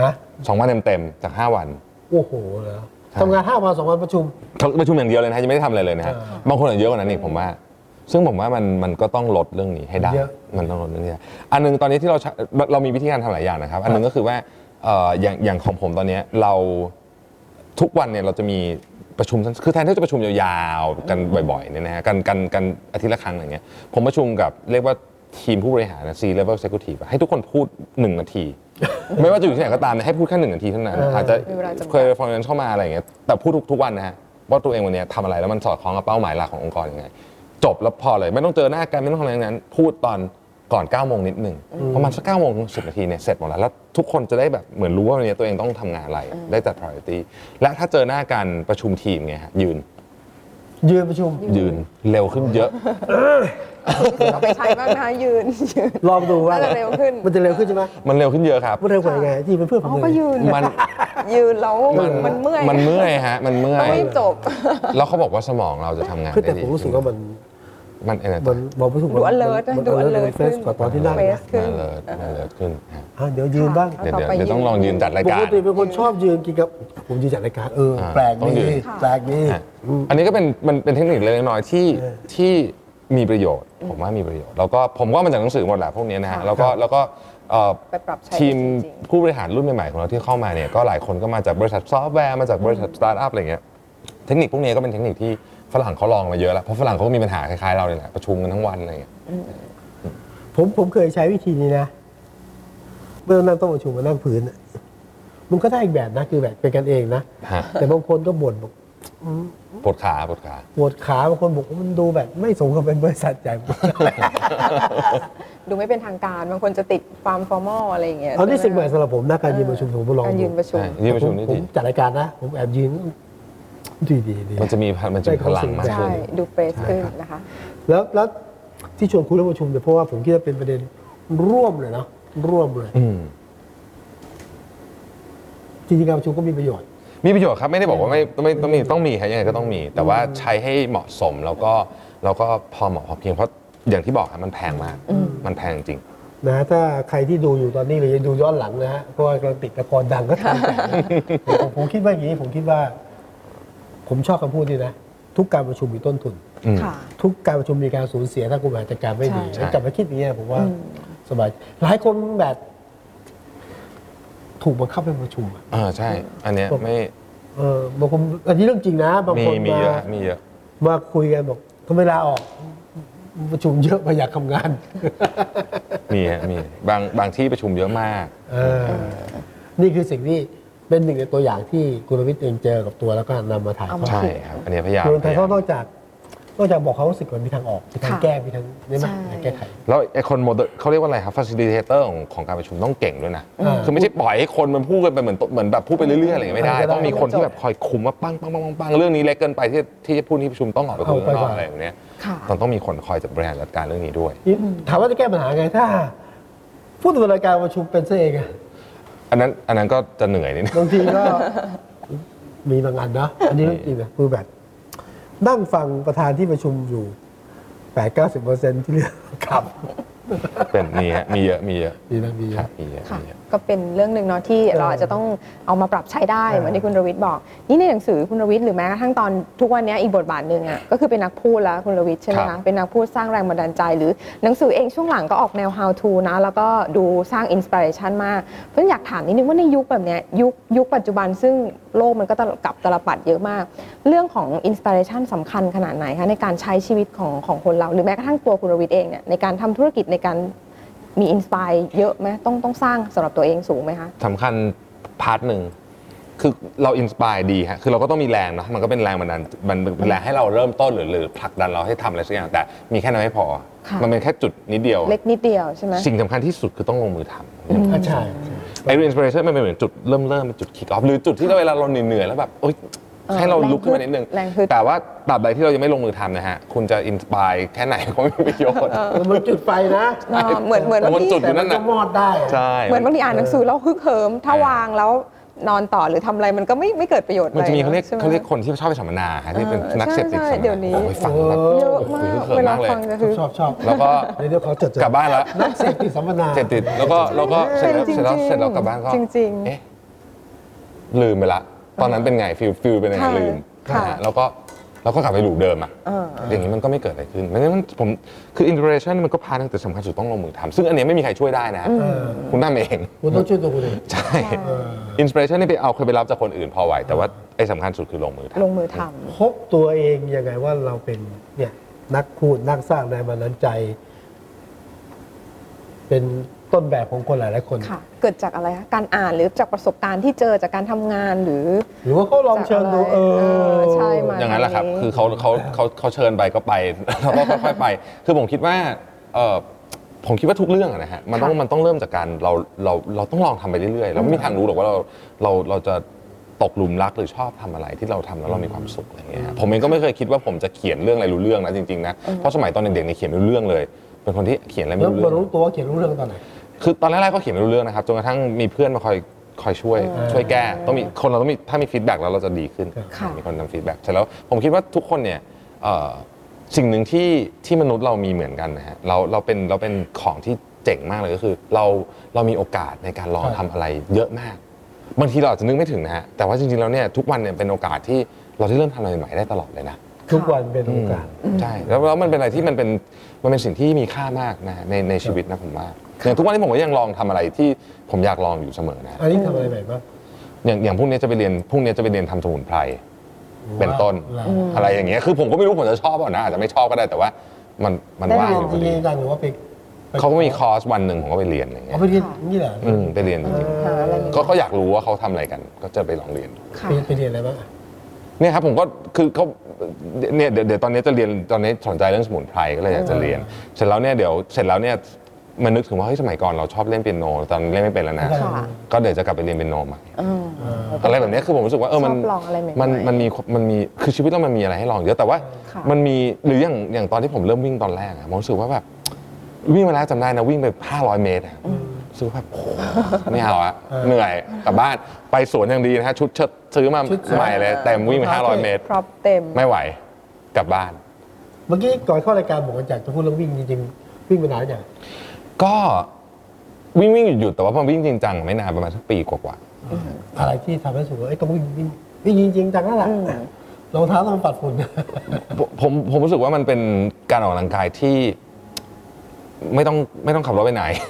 ฮะ 2 วันเต็มๆจาก 5 วัน โอ้โหเหรอทำงานห้าวันสองวันประชุม เขาประชุมอย่างเดียวเลยนะฮะยังไม่ได้ทำอะไรเลยนะฮะ เออบ างคนอาจจะเยอะกว่านั้นอีกผมว่า ซึ่งผมว่ามันมันก็ต้องลดเรื่องนี้ให้ได้ เยอะ มันต้องลดเรื่องนี้ให้ได้อันหนึงตอนนี้ที่เราใช้เรามีวิธีการทำหลายอย่างนะครับ อันหนึงก็คือว่าเอ่ออย่างอย่างของผมตอนเนี้ยเราทุกวันเนี่ยเราจะมีประชุมสั้นคือแทนที่จะประชุมยาวๆกันบ่อยๆเนี่ยนะฮะกันกันกันอาทิตย์ละครั้งอย่างเงี้ยผมประชุมกับเรียกว่าทีมผู้บริหารซีเลเวลเซคูทีฟให้ทุกคนพูดหนึ่งนาที ไม่ว่าจะอยู่ที่ไหนก็ตามเนี่ยให้พูดแค่หนึ่งนาทีเท่านั้นอาจจะ มีเวลาจำกัด เคยฟอนเรนเข้ามาอะไรอย่างเงี้ยแต่พูดทุกทุกวันนะฮะว่าตัวเองวันเนี้ยทำอะไรแล้วมันสอดคล้องกับเป้าหมายหลักขององค์กรยังไง จบแล้วพอเลยไม่ต้องเจอหน้ากันไม่ต้องทำอะไรทั้งนั้น พูดตอนก่อน9ก้าโมงนิดหนึ่งประมาณสักเก้าโมงสิบนาทีเนี่ยเสร็จหมดแล้วแล้วทุกคนจะได้แบบเหมือนรู้ว่าวันเนี้ยตัวเองต้องทำงานอะไรได้จัด priority และถ้าเจอหน้ากันประชุมทีมไงฮะยืน ยืนประชุม ยืนเร็วขึ้นเยอะ เอาไปใช้บ้างนะคะยืนยืน ลองดูว่า น่าจะเร็วขึ้น มันจะเร็วขึ้นใช่ไหม มันเร็วขึ้นเยอะครับ มันเร็วกว่ายังไงที่เป็นเพื่อนผม เขา เล ก็ ย ยืน มัน ยืนแล้วมันเมื่อย มันเมื่อยฮะ มันเมื่อ ต้อง ย รีบจบ แล้วเขาบอกว่าสมองเราจะทำงาน คือ ได้ แต่ ดี ผมรู้สึกว่ามัน มันเอเนอร์ มันบอกไม่ถูก ดู alert นะดู alert เฟซ ขึ้น กว่าตอนที่นั่ง เฟ นะ ซขึ้น มันเลิศมันเลิศขึ้นฮะ อ่ะเดี๋ยวยืนบ้าง ค่ะ เดี๋ยว ต่อ เดี๋ยว ไป เดี๋ยวต้อง ยืน ลองยืนจัดราย ป กาก ร ติเป็นคนชอบยืนกินกับผมยืนจัดรายการเออ อ่า แปลก ต้องยื ดี น แปลกดี ฮะอันนี้ก็เป็นมันเป็นเทคนิคเล็กๆน้อยๆที่ เออ ที่มีประโยชน์ ผมว่ามีประโยชน์ แล้วก็ผมก็มาจากหนังสือหมดแหละพวกนี้นะฮะ แล้วก็แล้วก็เอ่อ ไปปรับใช้ ทีม จริง ผู้บริหารรุ่นใหม่ๆของเราที่เข้ามาเนี่ยก็หลายคนก็มาจากบริษัทซอฟต์แวร์มาจากบริษัทสตาร์ทอัพอะไรเงี้ยเทคนิคพวกนี้ก็เป็นเทคนิคที่ฝรั่งเขาลองมาเยอะแล้วเพราะฝรั่งเขาก็มีปัญหาคล้ายๆเราเนี่ยแหละประชุมกันทั้งวันอะไรเงี้ย ผมผมเคยใช้วิธีนี้นะ เมื่อนั่งโต้องประชุมมานั่งพื้นน่ะมันก็ได้อีกแบบนะ คือแบบเป็นกันเองนะ ฮะ แต่บางคนก็บ่นบอก ปวดขาปวดขา ปวดขาบางคนบอกว่ามันดูแบบ ไม่สมกับเป็นบริษัท ใหญ่ ดูไม่เป็นทางการ บางคนจะติดความฟอร์มอลอะไรอย่างเงี้ย เอานี่สิ่งใหม่ ใช่ไ สำหรับผมนะการยืนประชุมผมลอง การยืนประชุม ใช่ที่ประชุมนี่ ผ ดี มจัดรายการนะ ผมแอบยืนดีดีดี มันจะมีมันจะมีพลังมาก ใช่ ขึ้ ใช่ น ดูเฟซขึ้นนะคะ แล้วแล้วที่ชวนคุณเรื่องประชุมเนี่ยเพราะว่าผมคิดว่าเป็นประเด็นร่วมเลยเนาะร่วมเลย อืม จริงๆการประชุมก็มีประโยชน์ มีประโยชน์ครับไม่ได้บอกว่าไม่ไม่ต้องมีต้องมีครับยังไงก็ต้องมี แต่ว่าใช้ให้เหมาะสมแล้วก็แล้วก็พอเหมาะพอเพียงเพราะอย่างที่บอกครับมันแพงมากมันแพงจริง นะฮะถ้าใครที่ดูอยู่ตอนนี้หรือยังดูย้อนหลังนะฮะเพราะว่ากำลังติดละครดังก็ตามแต่ ผมผมคิดว่าอย่างนี้ผมคิดว่า ผมชอบคำพูดนี้นะ ทุกการประชุมมีต้นทุน อืม ค่ะ ทุกการประชุมมีการสูญเสียถ้าคุณบริหารจัดการไม่ดี ใช่ งั้นกลับมาคิดอย่างนี้ยผมว่าสบายหลายคนแบบ ถูกบังคับให้ประชุมอะ อ่าใช่ อันเนี้ยไม่ เออบางคนอันนี้เรื่องจริงนะบาง มี คน มี มา เยอะมีเยอะ มาคุยกันบอกทำไมลาออก ประชุมเยอะไปอยากทำงาน มีฮะมีบางบางที่ประชุมเยอะมาก เออนี่คือสิ่งที่เป็นหนึ่งในตัวอย่างที่กุลวิทย์เองเจอกับตัวแล้วก็นำมาถ่ายท เอา อ มา ด ใช่ครับ อันนี้พยายาม คือถ่ายทอด พ น ยายาม อกจากนอกจากบอกเขารู้สึกมันมีทางออกมีทาง ค่ะ แก้มีทางนี่ไหม ใช่ ทางแก้ไข แล้วไอ้คนโมเดลเขาเรียกว่าอะไรครับ facilitator ของของการประชุมต้องเก่งด้วยนะ อ่า คือไม่ใช่ปล่อยให้คนมันพูดกันไปเหมือนตเหมือนแบบพูดไปเรื่อยๆอะไรอย่างเงี้ยไม่ได้ ไม่ได้ ต้องมีคนที่แบบคอยคุมว่าปั้งปั้งปั้งปั้งปั้งเรื่องนี้เล็กเกินไปที่ที่จะพูดที่ประชุมต้องออกไปคุยข้างนอกอะไรอย่างเนี้ย ค่ะ ต้องต้องมีคนคอยจัดบริหารจัดการเรื่องนี้ด้วย นี่ถามว่าจะแก้ปัญหาไงถ้าผู้ดำเนินรายการประชุมเป็นซะเองอะ อันนั้นอันนั้นก็จะเหนื่อยนิดนึง บางทีก็ มีบางอันนะอันนี้เรื่องจริงนะคือแบบ นั่งฟังประธานที่ประชุมอยู่แปดเก้าสิบเปอร์เซ็นที่เรื่องขับ เป็นมีฮะมีเยอะมีเยอะ ดีนะดี ครั นะ บมีเยอะ ค่ะ มีเยอะ ก็เป็นเรื่องหนึ่งเนาะที่เราอาจจะต้องเอามาปรับใช้ได้ เออ เหมือนที่คุณรวิทย์บอก นี่ในหนังสือคุณรวิทย์หรือแม้กระทั่งตอนทุกวันนี้อีกบทบาทหนึ่งอ่ะก็คือเป็นนักพูดแล้วคุณรวิทย์ใช่ไหม ครั คะ บ เป็นนักพูดสร้างแรงบันดาลใจ หรือหนังสือเองช่วงหลังก็ออกแนว how to นะแล้วก็ดูสร้างอินสปิเรชันมากเพื่อนอยากถามนิดนึงว่าในยุคแบบเนี้ยยุคยุคปัจจุบันซึ่งโลกมันก็ตะกลับตลปัดเยอะมาก เรื่องของอินสปิเรชันสำคัญขนาดไหนคะในการใช้ชีวิตของของคนเราหรือแม้กระทั่งตัวคุณรวิทย์เองเนี่ยในการทำธุรกิจในการ มีอินสปายเยอะไหมต้องต้องสร้างสำหรับตัวเองสูงไหมคะ สำคัญพาร์ทหนึ่งคือเราอินสปายดีฮะคือเราก็ต้องมีแรงเนอะมันก็เป็นแรงบันดาลมันเป็นแรงให้เราเริ่มต้นหรือหรือผลักดันเราให้ทำอะไรสักอย่างแต่มีแค่นั้นไม่พอ ค่ะ มันเป็นแค่จุดนิดเดียว เล็กนิดเดียวใช่ไหม สิ่งสำคัญที่สุดคือต้องลงมือท อ่ะใช่ ำไอเรื่องอินสปิเรชันมันเป็นเหมือนจุดเริ่มเริ่มเป็นจุดคิกออฟหรือจุดที่เราเวลาเราเหนื่อยๆแล้วแบบโอ๊ย เออ ให้เราลุกขึ้นมานิดนึง แรงฮึด แต่ว่าตราบใดที่เรายังไม่ลงมือทำนะฮะคุณจะอินสปายแค่ไหน ก็ไม่มีประโยชน์ เออมันจุดไฟนะ เออเหมือนเหมือนบาแต่ง มัน ที จุด แต่มันก็มอดได้อะ ใช่ เหมือนบางทีอ่านหนังสือแล้วฮึกเหิม ถ้าวางแล้วนอนต่อหรือทำอะไรมันก็ไม่ไม่เกิดประโยชน์อะ มัน ไร จะมีเขาเรียก ใช่ไห เขาเรียกคนที่ชอบไปสัมมนาฮะที่เป็น เออ นักเสพติด ใช่ใช่ สัมม เดี๋ยวนี้ นาโอ้ยฟังแบบ เยอะมาก โอ้โหฮึกเหิเวลามมากเลย ฟังก็คือ ชอบชอบ แล้วก็ เดี๋ยวเดี๋ยวขอจดจด กลับบ้านแล้ว นักเสพติดสัมมนา เสพติดแล้วก็แล้วก็เสร็จแล้ว จริง เสร็ๆจแล้วเสร็จแล้วกลับบ้านก็ จริงๆ เอ๊ะลืมไปละ ตอนนั้นเป็นไงฟิลฟิลเป็นยังไง ค่ะ ลืม ค่ะ นฮแล้วก็แล้วก็กลับไปหลูปเดิมอ่ะ เออ อย่างนี้มันก็ไม่เกิดอะไรขึ้นเพราะฉะนั้นผมคืออินเทอร์เนชั่นมันก็พาตั้งแต่สำคัญสุดต้องลงมือทำซึ่งอันเนี้ยไม่มีใครช่วยได้นะ เออ คุณทำเอง คุณต้องช่วยตัวคุณเอง ใช่อินสปิเรชันนี่ไปเอาเคยไปรับจากคนอื่นพอไหว แต่ว่าไอ้สำคัญสุดคือลงมือทำ ลงมือทำ พบตัวเองยังไงว่าเราเป็นเนี่ยนักพูดนักสร้างแรงบันดาลใจ เป็นต้นแบบของคนหลาย ๆ คน ค่ะ เกิดจากอะไรคะการอ่านหรือจากประสบการณ์ที่เจอจากการทำงานหรือ หรือว่าเขาลองเชิญดู จากะไร เออ ใช่ไหม อย่างนั้นแหละครับ คือเขาเขาเขาเขาเชิญไปก็ไป แล้วก็ค่อยๆไป คือผมคิดว่าเอ่อผมคิดว่าทุกเรื่องอะนะฮะ มันต้อง ค่ะ มันต้องเริ่มจากการเราเราเราต้องลองทำไปเรื่อยๆ เราไม่มีทางรู้หรอกว่าเราเราเราจะโต ตกหลุมรักหรือชอบทำอะไรที่เราทำแล้วเรามีความสุขอะไรเงี้ยฮะผมเองก็ไม่เคยคิดว่าผมจะเขียนเรื่องอะไรรู้เรื่องนะจริงๆนะเพราะสมัยตอนเด็กๆเนี่ยเขียนไม่รู้เรื่องเลย เป็นคนที่เขียนอะไรไม่ แล้ว รู้ มา เรื่อง รู้ตัวว่าเขียนรู้เรื่องตอนไหน คือตอนแรกๆก็เขียนไม่รู้เรื่องนะครับจนกระทั่งมีเพื่อนมาคอยคอยช่วย เออ ช่วยแก้ต้องมีคนเราต้องมีถ้ามีฟีดแบ็กแล้วเราจะดีขึ้น ค่ะ มีคนทำฟีดแบ็กเสร็จแล้วผมคิดว่าทุกคนเนี่ยเอ่อสิ่งหนึ่งที่ที่มนุษย์เรามีเหมือนกันนะฮะเราเราเป็นเราเป็นของที่เจ๋งมากเลยก็คือ เราเรามีโอกาสในการลอง ครับ ทำอะไรเยอะมาก บางทีเราอาจจะนึกไม่ถึงนะฮะแต่ว่าจริงๆแล้วเนี่ยทุกวันเนี่ยเป็นโอกาสที่เราได้เริ่มทำอะไรใหม่ๆได้ตลอดเลยนะ ทุกวันเป็นโอกาส ใช่แล้วแล้วมันเป็นอะไรที่มันเป็นมันเป็นสิ่งที่มีค่ามากนะฮะในในชีวิตนะผมว่าอย่างทุกวันนี้ผมก็ยังลองทำอะไรที่ผมอยากลองอยู่เสมอนะ อันนี้ทำอะไรใหม่บ้าง อย่างอย่างพรุ่งนี้จะไปเรียนพรุ่งนี้จะไปเรียนทำสมุนไพร เป็นต้น ว้าว อะไรอย่างเงี้ยคือผมก็ไม่รู้ผมจะชอบเปล่านะอาจจะไม่ชอบก็ได้แต่ว่ามันมัน ได้ ว่าง เรี อนยยู่พ จริ อง ดี จังหรือว่าไปไป เขาก็มีคอร์สวันหนึ่งผมก็ไปเรียนอย่างเงี้ เอา ย ไปเรียนนี่เหรอ อืมไปเรียนจริง หาอะไร ๆก็ก็อยากรู้ว่าเขาทำอะไรกัน ก็จะไปลองเรียนดู ค่ะ ไปไปเรียนอะไรบ้างอะ เนี่ยครับผมก็คือเขาเนี่ยเดี๋ยวเดี๋ยวตอนนี้จะเรียนตอนนี้สนใจเรื่องสมุนไพรก็เลยอยากจะเรียน เสร็จแล้วเนี่ยเดี๋ยวเสร็จแล้วเนี่ยมันนึกถึงว่าเฮ้ยสมัยก่อนเราชอบเล่นเปียโนตอนเล่นไม่เป็นแล้วนะ ค่ะ ค่ะ ก็เดี๋ยวจะกลับไปเรียนเปียโนใหม่ เออ อะไรแบบเนี้ยคือผมรู้สึกว่าเออมัน ชอบลองอะไรใหม่ๆ มันมันมีมันมีคือชีวิตเรามันมีอะไรให้ลองเยอะแต่ว่า ค่ะ มันมีหรืออย่างอย่างตอนที่ผมเริ่มวิ่งตอนแรกอะผมรู้สึกว่าแบบวิ่งมาแล้วจำได้นะวิ่งไป 500 เมตรอะ รู้สึกว่าแบบโอ้โหไม่เอาอะ เออ เหนื่อยกลับบ้านไปสวนอย่างดีนะฮะชุดเชิดซื้อมา ชุดสวย ใหม่เลยเต็มวิ่งไป เออ 500 เมตร พร็อพเต็ม ไม่ไหวกลับบ้าน เมื่อกี้ก่อนเข้ารายการผมก็อยากจะพูดเรื่องวิ่งจริงๆวิ่งมานานอย่าง ก็วิ่งวิ่งหยุดๆแต่ว่าพอวิ่งจริงจังไม่นานประมาณสักปีกว่า อะไรที่ทำให้รู้สึกว่าเอ้ยต้องวิ่งวิ่งวิ่งจริงๆจังแล้วล่ะ อืม รองเท้าต้องปัดฝุ่น ๆผมผมผมรู้สึกว่ามันเป็นการออกกำลังกายที่ ไม่ต้องไม่ต้องขับรถไปไหน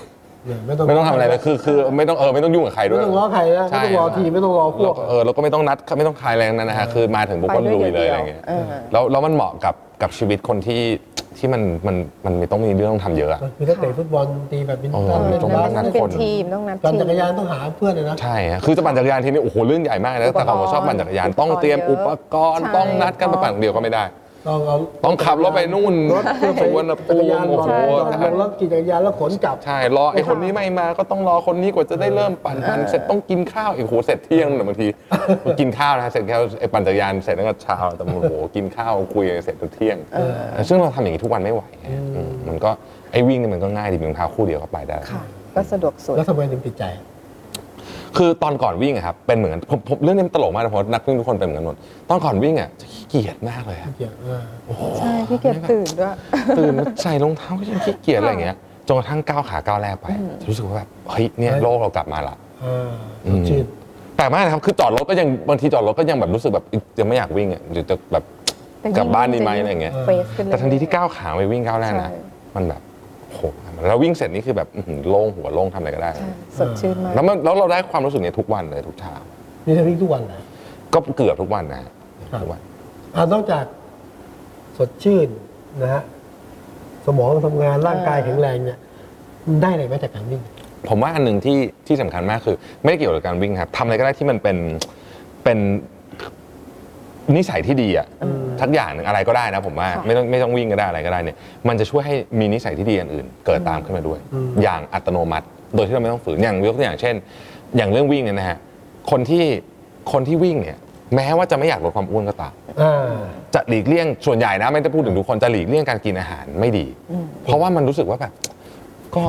ไม่ต้องทำอะไรเลยคือคือไม่ต้องเออไม่ต้องยุ่งกับใครด้ว ไม่ ย ต้องรอใครนะไม่ต้องรอทีมไม่ต้องรอพวก เออแล้วก็ไม่ต้องนัดไม่ต้องคลายแรงนั้นนะฮะคือมาถึงปุ๊บ ไป ก็ ด้วย ลุยเลย เดี่ยวๆ อะไรอย่างเงี้ย เออ แล้วแล้วมันเหมาะกับกับชีวิตคนที่ที่มันมันมันไม่ต้องมีเรื่องต้องทำเยอะอะ คือถ้าเตะฟุตบอลตีแบบบิน เอ ตัน อ เล่น ต้อง บาส นั ต้ ด อเล่งน เป็นทีมต้องนัด ปั่น ทีม จักรยานต้องหาเพื่อนเลยนะ ใช่ฮะคือจะปั่นจักรยานทีนี้โอ้โหเรื่องใหญ่มากนะแต่ของผมชอบปั่นจักรยานต้องเตรียมอุปกรณ์ ใช่ ต้องนัดกันไปปั่นคนเดียวก็ไม่ได้ ต้องเอา ต้องขับรถไปนู่น รถเพื่อไป สุวรรณ จั ภู กร มิ ยาน โอ้ ก่อน โห จอดลงแล้วขี่จักรยานแล้วขนกลับ ใช่รอไอ้คนนี้ไม่มาก็ต้องรอคนนี้กว่าจะได้เริ่มปั่นปั่นเสร็จต้องกินข้าวอีกโอ้โหเสร็จเที่ยงเนี่ยบางทีกินข้าวนะฮะเสร็จแค่ไอ้ปั่นจักรยานเสร็จแล้วก็เช้าแต่โอ้โหกินข้าวคุยกันเสร็จจนเที่ยง เออ ซึ่งเราทำอย่างนี้ทุกวันไม่ไหวไงอืมมันก็ไอ้วิ่งเนี่ยมันก็ง่ายดีมีรองเท้าคู่เดียวก็ไปได้ ค่ะ ก็สะดวกสุด แล้วทำไมถึงติดใจ คือตอนก่อนวิ่งอะครับเป็นเหมือนกันผมผมเรื่องนี้มันตลกมากนะเพราะนักวิ่งทุกคนเป็นเหมือนกันหมดตอนก่อนวิ่งอะจะขี้เกียจมากเลยอะ เกี่ยวเออ ใช่พี่เกียรตื่นด้วย ตื่นมาใส่รองเท้าก็ยังขี้เกียจอะไรอย่างเงี้ยจนกระทั่งก้าวขาก้าวแรกไป รู้สึกว่าแบบเฮ้ยเนี่ยโลกเรากลับมาละ เออ อืม ชื่น แปลกมากนะครับคือจอดรถก็ยังบางทีจอดรถก็ยังแบบรู้สึกแบบยังไม่อยากวิ่งอะเดี๋ยวจะแบบ แต่ยิ่ง กลับบ้านดีไหม จะยิ่ง อะไรอย่างเงี้ย เฟสขึ้นเลย แต่ทันทีที่ก้าวขาไปวิ่งก้าวแรกนะ ใช่ มันแบบโอ้โหแล้ววิ่งเสร็จนี่คือแบบอื้อหือโล่งหัวโล่งทำอะไรก็ได้ ใช่สดชื่นมาก แล้วมันแล้วเราได้ความรู้สึกเนี้ยทุกวันเลยทุกเช้า นี่เธอวิ่งทุกวันเหรอ ก็เกือบทุกวันนะฮะ ครับ ทุกวัน อ่านอกจากสดชื่นนะฮะ สมองทำงานร่างกายแข็งแรงเนี่ยมันได้อะไรไหมจากการวิ่ง ผมว่าอันหนึ่งที่ที่สำคัญมากคือ ไม่ได้เกี่ยวกับการวิ่งครับทำอะไรก็ได้ที่มันเป็นเป็นนิสัยที่ดีอะทักอย่างหนึ่งอะไรก็ได้นะผมว่า ค่ะ ไม่ต้องไม่ต้องวิ่งก็ได้อะไรก็ได้เนี่ยมันจะช่วยให้มีนิสัยที่ดีอันอื่น เกิดตามขึ้นมาด้วย อืม อย่างอัตโนมัติ โดยที่เราไม่ต้องฝืนอย่างยกตัวอย่างเช่น อย่างเรื่องวิ่งเนี่ยนะฮะคนที่คนที่วิ่งเนี่ย แม้ว่าจะไม่อยากลดความอ้วนก็ตาม อ่า จะหลีกเลี่ยงส่วนใหญ่นะไม่ได้พูดถึงทุกคนจะหลีกเลี่ยงการกินอาหารไม่ดี อืม เพราะว่ามันรู้สึกว่าแบบก็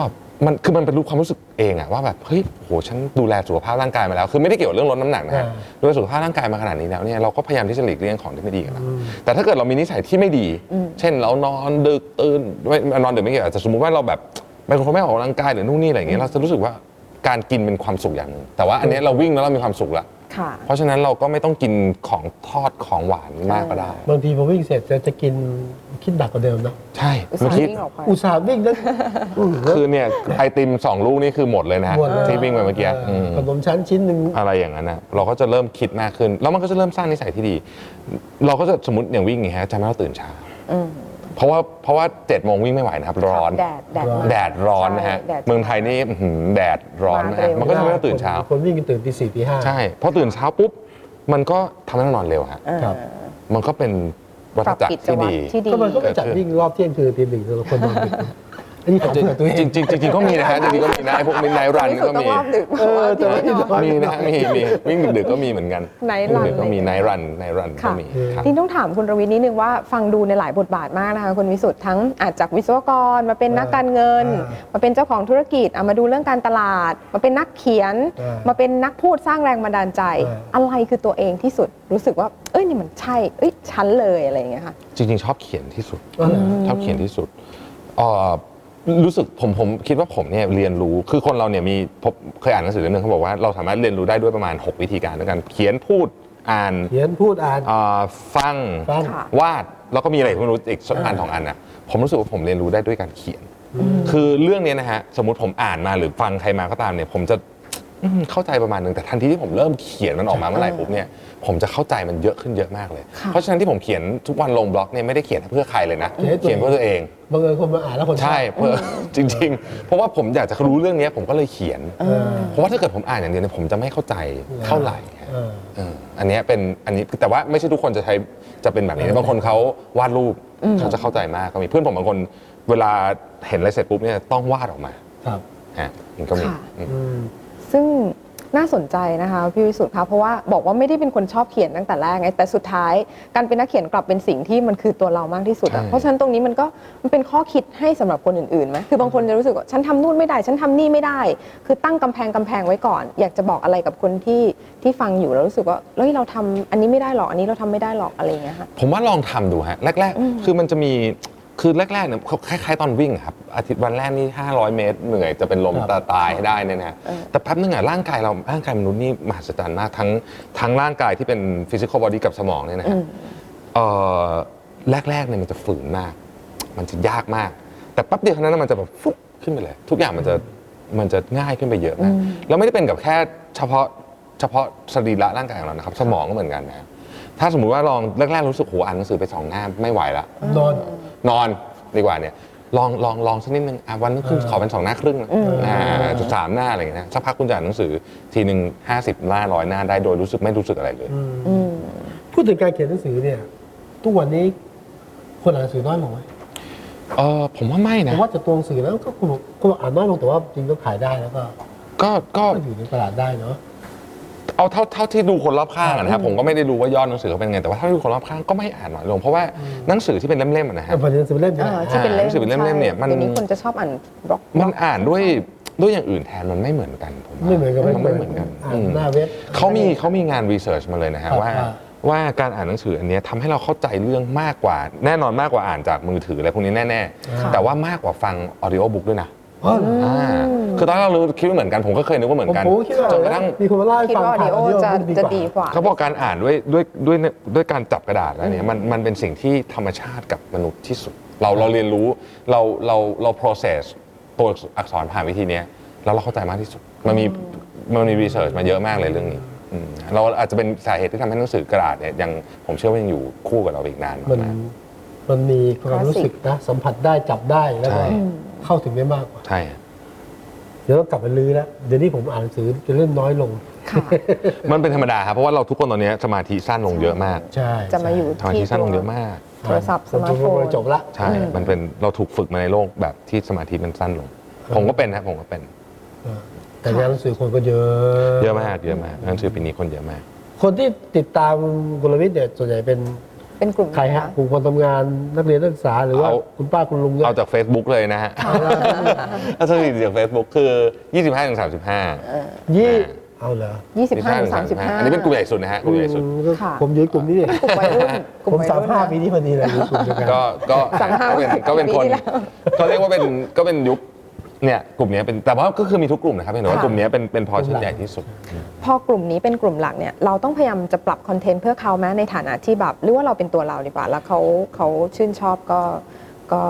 มันคือมันเป็นรู้ความรู้สึกเองอะว่าแบบเฮ้ยโหฉันดูแลสุขภาพร่างกายมาแล้ว คือไม่ได้เกี่ยวกับเรื่องลดน้ำหนักนะฮะ อ่า ดูแลสุขภาพร่างกายมาขนาดนี้แล้วเนี่ยเราก็พยายามที่จะหลีกเลี่ยงของที่ไม่ดีกันแล้ว อืม แต่ถ้าเกิดเรามีนิสัยที่ไม่ดี อืม เช่นเรานอนดึกตื่นไม่นอนดึกไม่เกี่ยวอาจจะสมมติว่าเราแบบเป็นคนไม่ออกกำลังกายหรือนู่นนี่อะไรอย่างเงี้ยเราจะรู้สึกว่าการกินเป็นความสุขอย่างหนึ่งแต่ว่าอันเนี้ยเราวิ่งแล้วเรามีความสุขละ ค่ะ เพราะฉะนั้นเราก็ไม่ต้องกินของทอดของหวานมากก็ได้ บางทีพอวิ่งเสร็จจะจะกินคิดหนักกว่าเดิมนะ ใช่ อุตส่าห์เมื่อกี้ วิ่งออกไป อุตส่าห์วิ่งนะอื้อหือ คือเนี่ยไอติมสองลูกนี่คือหมดเลยนะฮะ หมดเลย ที่วิ่งไปเมื่อกี้อืม ขนมชั้นชิ้นหนึ่ง อะไรอย่างนั้นนะเราก็จะเริ่มคิดมากขึ้น แล้วมันก็จะเริ่มสร้างนิสัยที่ดี เราก็จะสมมติอย่างวิ่งอย่างเงี้ยฮะจำไม่เราตื่นเช้า อืม เพราะว่าเพราะว่าเจ็ดโมงวิ่งไม่ไหวนะครับร้อน แดดแดดมาก แดดร้อนนะฮะ ใช่แดด เมืองไทยนี่อื้อหือแดดร้อนนะฮะ มาเร็ว มันก็ทำให้เราตื่นเช้า คนคนวิ่งกันตื่นตีสี่ตีห้า ใช่พอตื่นเช้าปุ๊บมันก็ทำให้เรานอนเร็วฮะ เออ ครับ มันก็เป็นวั ป ฏ รับ จักร กิจ ที่ วัต ดี รที่ดี ก็มันก็ไปจัดวิ่งรอบเที่ยงคืนตีหนึ่งสำหรับคนนอนดึก อันนี้ถามเผื่อตัวเอง จริงจริงจริงจริงก็มีนะฮะจริงๆก็มีนะไอ้พวกมินไนรัน ที่สุด ก็ ต้อ มี งรอบดึกเพ เอ ราะว่า อแต่ว่า ที่ ที่ นอน น้อย มีนะฮะมีมีวิ่งดึกๆก็มีเหมือนกัน Night วิ่ง run ดึกๆก็มีไนรันไนรันก็ ค่ะ มีครับ ที่ต้องถามคุณรวิทย์นิดนึงว่าฟังดูในหลายบทบาทมากนะคะคุณวิสุทธ์ทั้งอาจจากวิศวกรมาเป็นนักการเงิน มาเป็นเจ้าของธุรกิจอ่ะมาดูเรื่องการตลาด มาเป็นนักเขียน อ่า มาเป็นนักพูดสร้างแรงบันดาลใจ อ่า อะไรคือตัวเองที่สุดรู้สึกว่า เอ้ยนี่มันใช่ เอ้ยฉันเลยอะไรอย่างเงี้ยค่ะ จริงๆ ชอบเขียนที่สุด อ๋อเหรอ ชอบเขียนที่สุดเอ่อรู้สึกผมผมคิดว่าผมเนี่ยเรียนรู้คือคนเราเนี่ยมีพบเคยอ่านหนังสือเล่มหนึงเขาบอกว่าเราสามารถเรียนรู้ได้ด้วยประมาณ 6 วิธีการด้วยกันเขียนพูดอ่าน เขียนพูดอ่าน เอ่อฟัง ฟัง ค่ะ วาดแล้วก็มีอะไรไม่รู้อีกสักอัน อ่า สองอันน่ะผมรู้สึกว่าผมเรียนรู้ได้ด้วยการเขียน คือเรื่องเนี้ยนะฮะสมมติผมอ่านมาหรือฟังใครมาก็ตามเนี่ย ผมจะอืมเข้าใจประมาณหนึงแต่ทันทีที่ผมเริ่มเขียนมันออกมาเมื่อไหร่ปุ๊บเนี่ยผมจะเข้าใจมันเยอะขึ้นเยอะมากเลย ค่ะ เพราะฉะนั้นที่ผมเขียนทุกวันลงบล็อกเนี่ยไม่ได้เขียนเพื่อใครเลยนะ เขียนให้ตัวเอง เขียนเพื่อตัวเอง บังเอิญคนมาอ่านแล้วคนอบ ใช่เพื่อ จริง ๆ เพราะว่าผมอยากจะรู้เรื่องเนี้ยผมก็เลยเขียน เออ เพราะว่าถ้าเกิดผมอ่านอย่างเดียวเนี่ยผมจะไม่เข้าใจเท่าไหร่ เออ เอออันเนี้ยเป็นอันนี้แต่ว่าไม่ใช่ทุกคนจะใช้จะเป็นแบบนี้นะบางคนเขาวาดรูปเขาจะเข้าใจมากก็มีเพื่อนผมบางคนเวลาเห็นอะไรเสร็จปุ๊บเนี่ยต้องวาดออกมา ครับ ฮะมันก็มี ค่ะ อืม อืม ซึ่งน่าสนใจนะคะพี่วิสุทธ์คะเพราะว่าบอกว่าไม่ได้เป็นคนชอบเขียนตั้งแต่แรกไงแต่สุดท้ายการเป็นนักเขียนกลับเป็นสิ่งที่มันคือตัวเรามากที่สุดอะ ใช่ เพราะฉะนั้นตรงนี้มันก็มันเป็นข้อคิดให้สำหรับคนอื่นๆไหมคือบางคนจะรู้สึกว่าฉันทำนู่นไม่ได้ ฉันทำนี่ไม่ได้ คือตั้งกำแพงกำแพงไว้ก่อน อยากจะบอกอะไรกับคนที่ที่ฟังอยู่แล้วรู้สึกว่าเฮ้ยเราทำอันนี้ไม่ได้หรอกอันนี้เราทำไม่ได้หรอกอะไรอย่างเงี้ยค่ะ ผมว่าลองทำดูฮะแรก ๆ คือมันจะมีคือแรกๆเนี่ยคล้ายๆตอนวิ่งอะครับอาทิตย์วันแรกนี่500 เมตร เหนื่อยจะเป็นลม ครับ ตาตายให้ได้เนี่ยนะฮะ เออ แต่แป๊บนึงอะร่างกายเราร่างกายมนุษย์นี่มหัศจรรย์มากทั้งทั้งร่างกายที่เป็นฟิสิกอลบอดี้กับสมองเนี่ยนะ อื ฮะ ม เอ่อแรกๆเนี่ยมันจะฝืนมาก มันจะยากมาก แต่แปั๊บเดียวเท่านั้นนะมันจะแบบฟุ๊บขึ้นไปเลย ทุกอย่างมันจะมันจะง่ายขึ้นไปเยอะมาก อืม แล้วไม่ได้เป็นกับแค่เฉพาะเฉพาะสรีระร่างกายของเรานะครับ สมองก็เหมือนกันนะถ้าสมมุติว่าลองแรกๆรู้สึกโหอ่านหนังสือไปสองหน้าไม่ไหวละ นอน นอนดีกว่าเนี่ยลองลองลองสักนิดนึงอ่ะวันนึงครึ่ง เออ ขอเป็นสองหน้าครึ่งนะ อืม อ่าจะสามหน้าอะไรอย่างเงี้ยนะสักพักคุณจะอ่านหนังสือทีหนึ่งห้าสิบหน้าร้อยหน้าได้โดยรู้สึกไม่รู้สึกอะไรเลย อืม อืม พูดถึงการเขียนหนังสือเนี่ย ทุกวันนี้คนอ่านหนังสือน้อยลงไหม เออผมว่าไม่ เพ นะ ราะว่าจากตัวหนังสือแล้วก็คนคนอ่านน้อยลงแต่ว่าจริงก็ขายได้แล้วก็ ก็ก็ ก็อยู่ในตลาดได้เนาะ เอาเท่าเท่าที่ดูคนรอบข้างอะนะครับผมก็ไม่ได้รู้ว่ายอดหนังสือเขาเป็นไงแต่ว่าเท่าที่ดูคนรอบข้างก็ไม่อ่านหน่อยลงเพราะว่า อืม หนังสือที่เป็นเล่มๆอะนะฮะ แต่พอเรียนหนังสือเล่มเนี่ย เออที่เป็นเล่มหนังสือเป็นเล่มๆเนี่ยมัน ใช่ดี๋ยวนี้คนจะชอบอ่านบล็อก มันอ่านด้วยด้วยอย่างอื่นแทนมันไม่เหมือนกันผมว่า ไม่เหมือนกับ มันไม่เหมือนกัน อ่า อืม หน้าเว็บ เขามีเขามีงานรีเสิร์ชมาเลยนะฮะ ครับ ว่า ว่า ว่าการอ่านหนังสืออันเนี้ยทำให้เราเข้าใจเรื่องมากกว่า แน่นอนมากกว่าอ่านจากมือถืออะไรพวกนี้แน่ ค่ะ ๆ แต่ว่ามากกว่าฟังออดิโอบุ๊กด้วยนะ อ๋อเหรอ อ่าคือตอนแรกเรารู้คิดว่าเหมือนกันผมก็เคยนึกว่าเหมือนกัน ผมคิดว่า จนกระทั่ง มีคนมาเล่าให้ คิด ฟัง ว่าออ ผ่า ดิ น โอ ออดิโอ จะ บุ๊ก จะ ดี ดี กว่า กว่า เขาบอกการอ่านด้วยด้วยด้วยด้วยการจับกระดาษแล้วเนี่ยมันมันเป็นสิ่งที่ธรรมชาติกับมนุษย์ที่สุด เราเราเรียนรู้เราเราเรา process ตัวอักษรผ่านวิธีเนี้ยแล้วเราเข้าใจมากที่สุด มันมีมันมี research มาเยอะมากเลยเรื่องนี้อืมเราอาจจะเป็นสาเหตุที่ทำให้หนังสือกระดาษเนี่ยยังผมเชื่อว่ายังอยู่คู่กับเราอีกนาน มัน มาก มันมีความรู้สึกนะสัมผัสได้จับได้แล้วก็ ใช่ เข้าถึงได้มากกว่า ๆใช่ฮะ เดี๋ยวต้องกลับไปลื้อแล้วเดี๋ยวนี้ผมอ่านหนังสือจะเล่มน้อยลง ค่ะ มันเป็นธรรมดาครับเพราะว่าเราทุกคนตอนเนี้ยสมาธิสั้นลงเยอะมาก ใช่ จะมาอยู่ สมาธิสั้นลงเยอะมาก โทรศัพท์สมาร์ทโฟน จบละ ใช่ฮะมันเป็นเราถูกฝึกมาในโลกแบบที่สมาธิมันสั้นลง ผมก็เป็นนะผมก็เป็น แต่งานหนังสือคนก็เยอะ เยอะมากเยอะมากหนังสือปีนี้คนเยอะมาก คนที่ติดตามกุลวิทย์เนี่ยส่วนใหญ่เป็น เป็นกลุ่ม ใครฮะกลุ่มคนทำงานนักเรียนนักศึกษาหรือว่า เอา คุณป้าคุณลุงเนี่ย เอาจาก Facebook เลยนะฮะเอาสถิติจาก Facebook คือ 25ถึง35 ยี่ อ่า เอาเหรอ ยี่สิบห้าถึงสามสิบห้า อันนี้เป็นกลุ่มใหญ่สุดนะฮะกลุ่มใหญ่สุด อืมก็ ค่ะ ผมอยู่ในกลุ่มนี้เนี่ย กลุ่มวัย รุ่นกลุ่ม ผม วัย สาม รุ่น ห้า นะ ปีที่พอดีเลยอยู่กลุ่มเดียวกัน ก็ก็ก็เป็น 35 ก็เป็นคน ปีที่แล้ว เขาเรียกว่าเป็นก็เป็นยุคเนี่ยกลุ่มเนี้ยเป็นแต่ว่าก็คือมีทุกกลุ่มนะครับเห็นว่ากลุ่มเนี้ยเป็นเป็นพอชุดใหญ่ที่สุด พอกลุ่มนี้เป็นกลุ่มหลักเนี่ยเราต้องพยายามจะปรับคอนเทนต์เพื่อเขาไหมในฐานะที่แบบหรือว่าเราเป็นตัวเราดีกว่า แล้วเขาเขาชื่นชอบก็ก็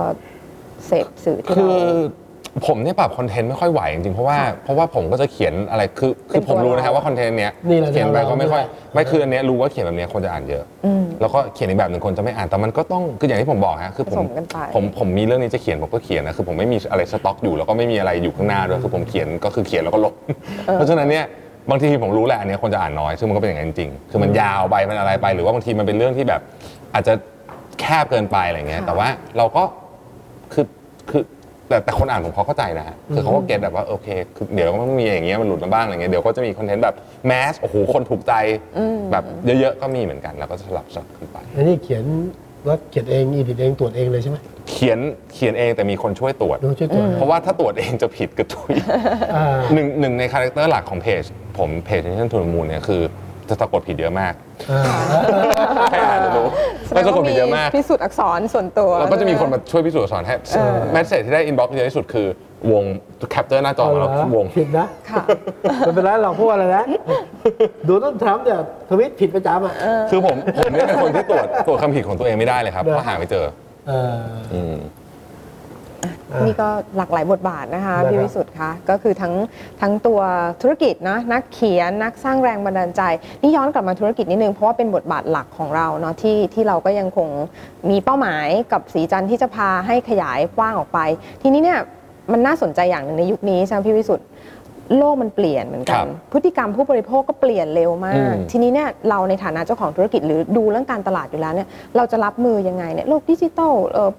เสพสื่อที่ คือ เรา ผมเนี่ยปรับคอนเทนต์ไม่ค่อยไหวจริงๆเพราะว่าเพราะว่าผมก็จะเขียนอะไรคือคือผมรู้นะฮะว่าคอนเทนต์เนี้ย นี่แหละ เขียนไปก็ไม่ค่อย เราเรา ไม่คืออันเนี้ยรู้ว่าเขียนแบบเนี้ยคนจะอ่านเยอะ อืม แล้วก็เขียนอีกแบบหนึ่งคนจะไม่อ่านแต่มันก็ต้องคืออย่างที่ผมบอกฮะคือผม ผสมกันไป ผมผมมีเรื่องนี้จะเขียนผมก็เขียนนะคือผมไม่มีอะไรสต็อกอยู่แล้วก็ไม่มีอะไรอยู่ข้างหน้าด้วยคือผมเขียนก็คือเขียนแล้วก็ลบเพราะฉะนั้นเนี่ยบางทีผมรู้แหละอันเนี้ยคนจะอ่านน้อยซึ่งมันก็เป็นอย่างนั้นจริงๆคือมันยาวไปมันอะไรไป หรือว่าบางทีมันเป็นเรื่องที่แบบ อาจจะแคบเกินไปอะไรเงี้ยแต่ว่าเราก็คือคือ แต่แต่คนอ่านผมเขาเข้าใจนะฮะคือเขาก็เก็ตแบบว่าโอเคคือเดี๋ยวมันต้องมีอย่างเงี้ยมันหลุดมาบ้างอะไรเงี้ยเดี๋ยวก็จะมีคอนเทนต์แบบแมสโอ้โหคนถูกใจ อืม แบบเยอะๆก็มีเหมือนกันแล้วก็สลับสลับขึ้นไป อันนี้เขียนแล้วเขียนเองอีดิทเองตรวจเองเลยใช่ไหม เขียนเขียนเองแต่มีคนช่วยตรวจ ดูช่วยตรวจ เพราะว่าถ้าตรวจเองจะผิดกระจุย อ่า หนึ่งหนึ่งในคาแรคเตอร์หลักของเพจผมเพจที่ท่านทุนมูลเนี่ยคือจะสะกดผิดเยอะมาก อ่า ให้อ่านจะรู้ แสด ก็ ง สะกด ว่า ผิ มี ดเยอะมาก พิสูจน์อักษรส่วนตัว แล้วก็จะมีคนมาช่วยพิสูจน์สอนให้แมสเซจที่ได้อินบ็อกซ์เยอะที่สุดคือวงแคปเจอร์หน้าจอมาแล้ว เอาเหรอ วง ผิดนะ ค่ะ มันเป็นไรหรอกเพราะวกอะไรนะโดนัลด์ทรัมป์เนี่ยทวิตผิดประจำอ่ะ คือผมผมเนี่ยเป็นคนที่ตรวจตรวจคำผิดของตัวเองไม่ได้เลยครับ เหรอ เพราะหาไม่เจอ เออ อืม นี่ก็หลากหลายบทบาทนะคะ นะครับ พี่วิสุทธ์คะก็คือทั้งทั้งตัวธุรกิจนะนักเขียนนักสร้างแรงบันดาลใจ นี่ย้อนกลับมาธุรกิจนิดนึง เพราะว่าเป็นบทบาทหลักของเราเนาะที่ที่เราก็ยังคงมีเป้าหมายกับสีจันทร์ที่จะพาให้ขยายกว้างออกไป ทีนี้เนี่ยมันน่าสนใจอย่างหนึ่งในยุคนี้ใช่ไหมพี่วิสุทธ์โลกมันเปลี่ยนเหมือนกั ครั น บ พฤติกรรมผู้บริโภคก็เปลี่ยนเร็วมา อื ก ม ทีนี้เนี่ยเราในฐานะเจ้าของธุรกิจหรือดูเรื่องการตลาดอยู่แล้วเนี่ยเราจะรับมือยังไงเนี่ยโลกดิจิตอลเอ่อ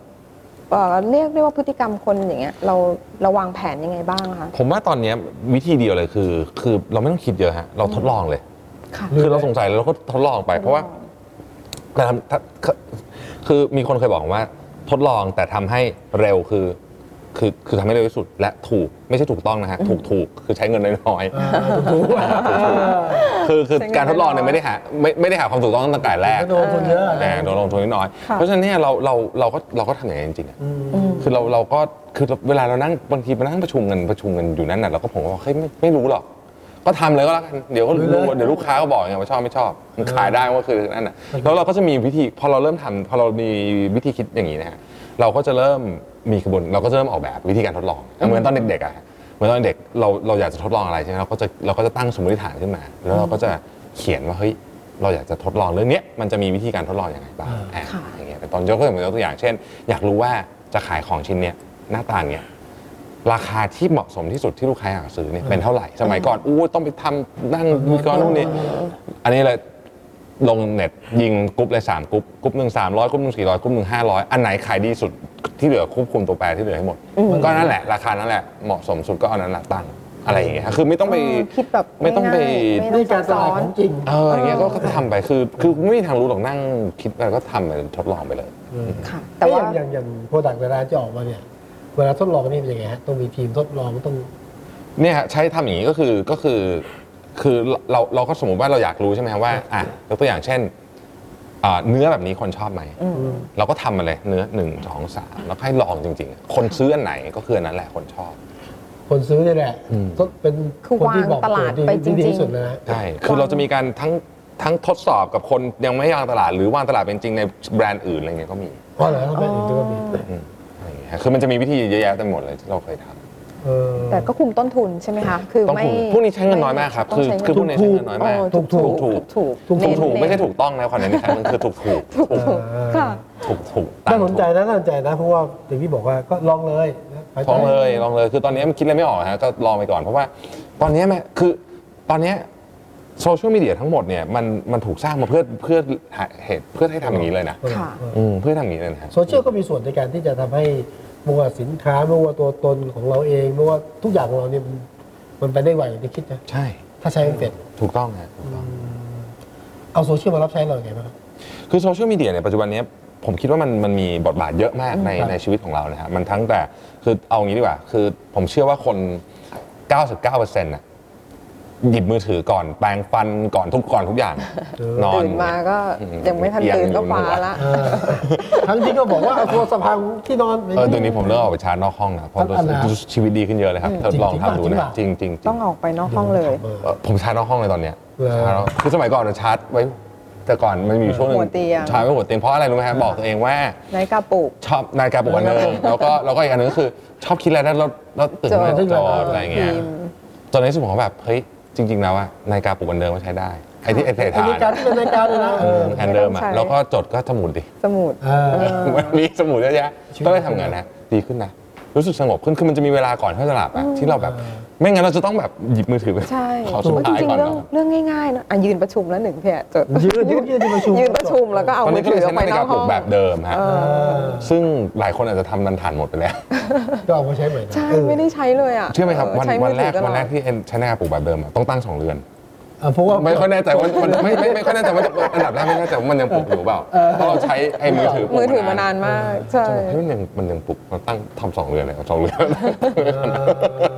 เอ่อเรียกได้ว่าพฤติกรรมคนอย่างเงี้ยเราเราวางแผนยังไงบ้างคะ ผมว่าตอนเนี้ยวิธีเดียวเลยคือ คือเราไม่ต้องคิดเยอะฮะเราทดลองเลย ค่ะ คือเราสงสัยแล้วเราก็ทดลองไป เพราะว่าแต่ทำถ้าคือคือมีคนเคยบอกผมว่า ทดลองแต่ทำให้เร็วคือ คือคือทำให้เร็วที่สุดและถูกไม่ใช่ถูกต้องนะฮะถูกถูกคือใช้เงินน้อย เออถูกๆอ่ะ ๆคือคือการทดลองเนี่ยไม่ได้หาไม่ไม่ได้หาความถูกต้องตั้งแต่แรก ก็โดนคนเยอะ แต่โดนลงทุนน้อยๆเพราะฉะนั้นเนี่ยเราเราเราก็เราก็ทำอย่างนี้นจริงๆอะ อืม อืม คือเราเราก็คือเวลาเรานั่งบางทีมานั่งประชุมกันประชุมกันอยู่นั่นน่ะเราก็ผมก็บอกเฮ้ยไม่ไม่รู้หรอก ก็ทำเลยก็แล้วกันเดี๋ยวก็ รู้เลยรู้เดี๋ยวลูกค้าก็บอกไงว่าชอบไม่ชอบมันขายได้ว่าคือนั่นน่ะแล้วเราก็จะมีวิธีพอเราเริ่มทำพอเรามีวิธีคิดอย่างนี้นะฮะเราก็จะเริ่มมีกระบวนเราก็จะเริ่มออกแบบวิธีการทดลองเหมือนตอนเด็กๆอ่ะเหมือนตอนเด็กเราเราอยากจะทดลองอะไรใช่ไหมเราก็จะเราก็จะตั้งสมมติฐานขึ้นมา แล้วเราก็จะเขียนว่าเฮ้ยเราอยากจะทดลองเรื่องเนี้ยมันจะมีวิธีการทดลองอย่างไรบ้างอ่ะ ค่ะ อย่างเงี้ยแต่ตอนยกก็เหมือนยกตัวอย่างเช่น อยากรู้ว่าจะขายของชิ้นเนี้ยหน้าตาเนี้ยราคาที่เหมาะสมที่สุดที่ลูกค้าอยากซื้อเนี่ยเป็นเท่าไหร่ สมัยก่อนอู้ต้องไปทำนั่งมีกรณ์นู่นนี่อันนี้เลยลงเน็ตยิงกรุ๊ปเลยสามกรุ๊ปกรุ๊ปหนึ่งสามร้อยกรุ๊ปหนึ่งสี่ร้อยกรุ๊ปหนึ่งห้าร้อยอันไหนขายดีสุดที่เหลือควบคุมตัวแปรที่เหลือให้หมด ก็นั่นแหละ ราคานั่นแหละเหมาะสมสุดก็เอานั้นแหละตั้งอะไรอย่างเงี้ยคือไม่ต้องไป เออคิดแบบ ไม่ต้องไป ง่ยๆไม่ นี่ ต้ กา อง รต ซับซ้ ลาด อน ของจริง เอออย่างเงี้ยก็ก็ทำไปคือคือไม่มีทางรู้หรอกนั่งคิดไปก็ทำไปทดลองไปเลย ค่ะ แต่ แต่ ว่า อย่างอย่างอย่างโปรดักต์เวลาจะออกมาเนี่ย เวลาทดลองนี่เป็นยังไงฮะ ต้องมีทีมทดลองต้อง เนี่ยฮะใช้ทำอย่างนี้ก็คือก็คือคือเราเราก็สมมติว่าเราอยากรู้ใช่ไหมฮะว่าอ่ะยกตัวอย่างเช่นอ่าเนื้อแบบนี้คนชอบไหมเราก็ทำมาเลยเนื้อหนึ่งสองสามแล้วให้ลองจริง ๆ คนซื้ออันไหนก็คืออันนั้นแหละคนชอบ คนซื้อนี่แหละ อืม ก็เป็น คือ คนที่บอก วางตลาดไปจริงๆ ที่ดีที่สุดเลยนะฮะ ใช่คือเราจะมีการทั้งทั้งทดสอบกับคนยังไม่วางตลาด หรือวางตลาดเป็นจริงในแบรนด์อื่นอะไรเงี้ยก็มี เพราะอะไรต้องเป็นอื่นที่ก็มี อืมอะไรอย่างเงี้ยฮะคือมันจะมีวิธีเยอะแยะเต็มหมดเลยที่เราเคยทำ เออ แต่ก็คุมต้นทุนใช่ไหมคะ คือ ต้อง ไม่ ถูกพวกนี้ใช้เงินน้อยมากครับ ต้ง คือ ใช้เงิน คือพวกนี้ใช้เงินน้อยมาก เออ ถูก ถูก ถู ถู ก กถูก ถูก ถูกถูก เน้นๆ ไม่ใช่ถูกต้องนะความนั้นอีกครั้งนึงคือถูกถูก ถูกถูก เออ ค่ะ ถูกถูกตม น่าสนใจ ถูก นะน่าสนใจนะ เพราะว่าอย่างที่บอกว่าก็ลองเลยนะไป ล ต่ องเลยลองเลยคือตอนนี้มันคิดอะไรไม่ออกฮะก็ลองไปก่อนเพราะว่าตอนนี้แม่คือตอนนี้โซเชียลมีเดียทั้งหมดเนี่ยมันมันถูกสร้างมาเพื่อเพื่อหาเหตุเพื่อให้ทำอย่างนี้เลยนะ ค่ะ อืมเพื่อทำอย่างนี้เลยนะฮะ โซเชียลก็มีส่วนในการที่จะทำให้ไม่ว่าสินค้าไม่ว่าตัวตนของเราเองไม่ว่าทุกอย่างของเราเนี่ยมันมันไปได้ไวอย่างที่คิดนะ ใช่ ถ้าใช้มันเป็น ถูกต้องฮะถูกต้อง เอาโซเชียลมารับใช้เราอย่างไงบ้างครับ คือโซเชียลมีเดียเนี่ยปัจจุบันเนี้ยผมคิดว่ามันมันมีบทบาทเยอะมากใน ครับ ในชีวิตของเรานะฮะมันทั้งแต่คือเอางี้ดีกว่า คือผมเชื่อว่าคน 99%น่ะหยิบมือถือก่อนแปรงฟันก่อนทุกก่อนทุกอย่างนอน ตื่นมาก็ยังไม่ทันตื่นก็ฟ้าละ เออทั้งที่ก็บอกว่าเอาโทรศัพท์พังที่นอน เออตัวนี้ผมเริ่มออกไปชาร์จนอกห้องนะเพราะ ต้องอันนะ รู้สึกชีวิตดีขึ้นเยอะเลยครับเธอลองทำดูนะจจริ ริง ง ๆจริงๆ ต้องออกไปนอกห้องเลย ออ เอ่อผมชาร์จนอกห้องเลยตอนเนี้ย เหรอ ชาร์จนอกคือสมัยก่อนเราชาร์จไว้ แต่ก่อนมันมีอยู่ช่วงหนึ่ง หัวเตียง ชาร์จไว้หัวเตียงเพราะอะไรรู้ไหมฮะบอกตัวเองว่า นาฬิกาปลุก ชอบนาฬิกาปลุกอันหนึงแล้วก็แล้วก็อีกอันหนึงก็คือชอบคิดอะไรแล้วแล้วแล้วตื่นมา จอด จอดอะไรอย่างเงี้ย พิมพ์ ตอนนี้สมองแบบเฮ้ยจริง ๆ แล้วอะนาฬิกาปลุกอันเดิมก็ใช้ได้ไอ้ที่ไอ้เท อัน ทา นี้การ น ที่เป็นรายการเลยนะเออ อันเดิมอะ ไม่ต้องใช้ แล้วก็จดก็สมุดดิ สมุด เออ มันมีสมุดเยอะแยะ ชีวิต ต้องได้ทำงานนะ ดีขึ้นนะ รู้สึกสงบขึ้น คือมันจะมีเวลาก่อนที่เราจะหลับอะที่เราแบบ ไม่งั้นเราจะต้องแบบหยิบมือถือไป ใช่ ขอสุด จ ท้าย ริง ก่อ ๆ น เรื่อง เนอะ เรื่องง่ายๆนะอ่ะยืนประชุมแล้วหนึ่งเพีย จด ยืนยืนประชุม ยืนประชุมแล้วก็เอา ตอน มื นี้ อ ก็ ถื เลย อออกใช้ไป นาฬิ น กา อก ปห้ลุอก ง แบบเดิมฮะ เอ เออ ซึ่งหลายคนอาจจะทำมันผ่านหมดไปแล้ว ก็เอามาใช้ใหม่นะ ใช่ เออ ไม่ได้ใช้เลยอ่ะ เชื่อไหมครับ เออ วัน ใช้ วัน อ แร ถื ก อตลอด วันแรกที่เอ็นใช้หน้าปลูกแบบเดิมอะต้องตั้งสองเรือน เออเพราะว่า ไม่ค่อยแน่ใจว่ามันไม่ไม่ไม่ค่อยแน่ใจว่าอันดับแรกไม่แน่ใจว่ามันยังปลุกอยู่เปล่าเพราะเราใช้ไอ้มือถือปลุก มือถือมานานมาก ใช่ จนแบบเฮ้ยมันยังมันยังปลุกมันตั้งทำสองเรือนเลยเอาสองเรือน เออ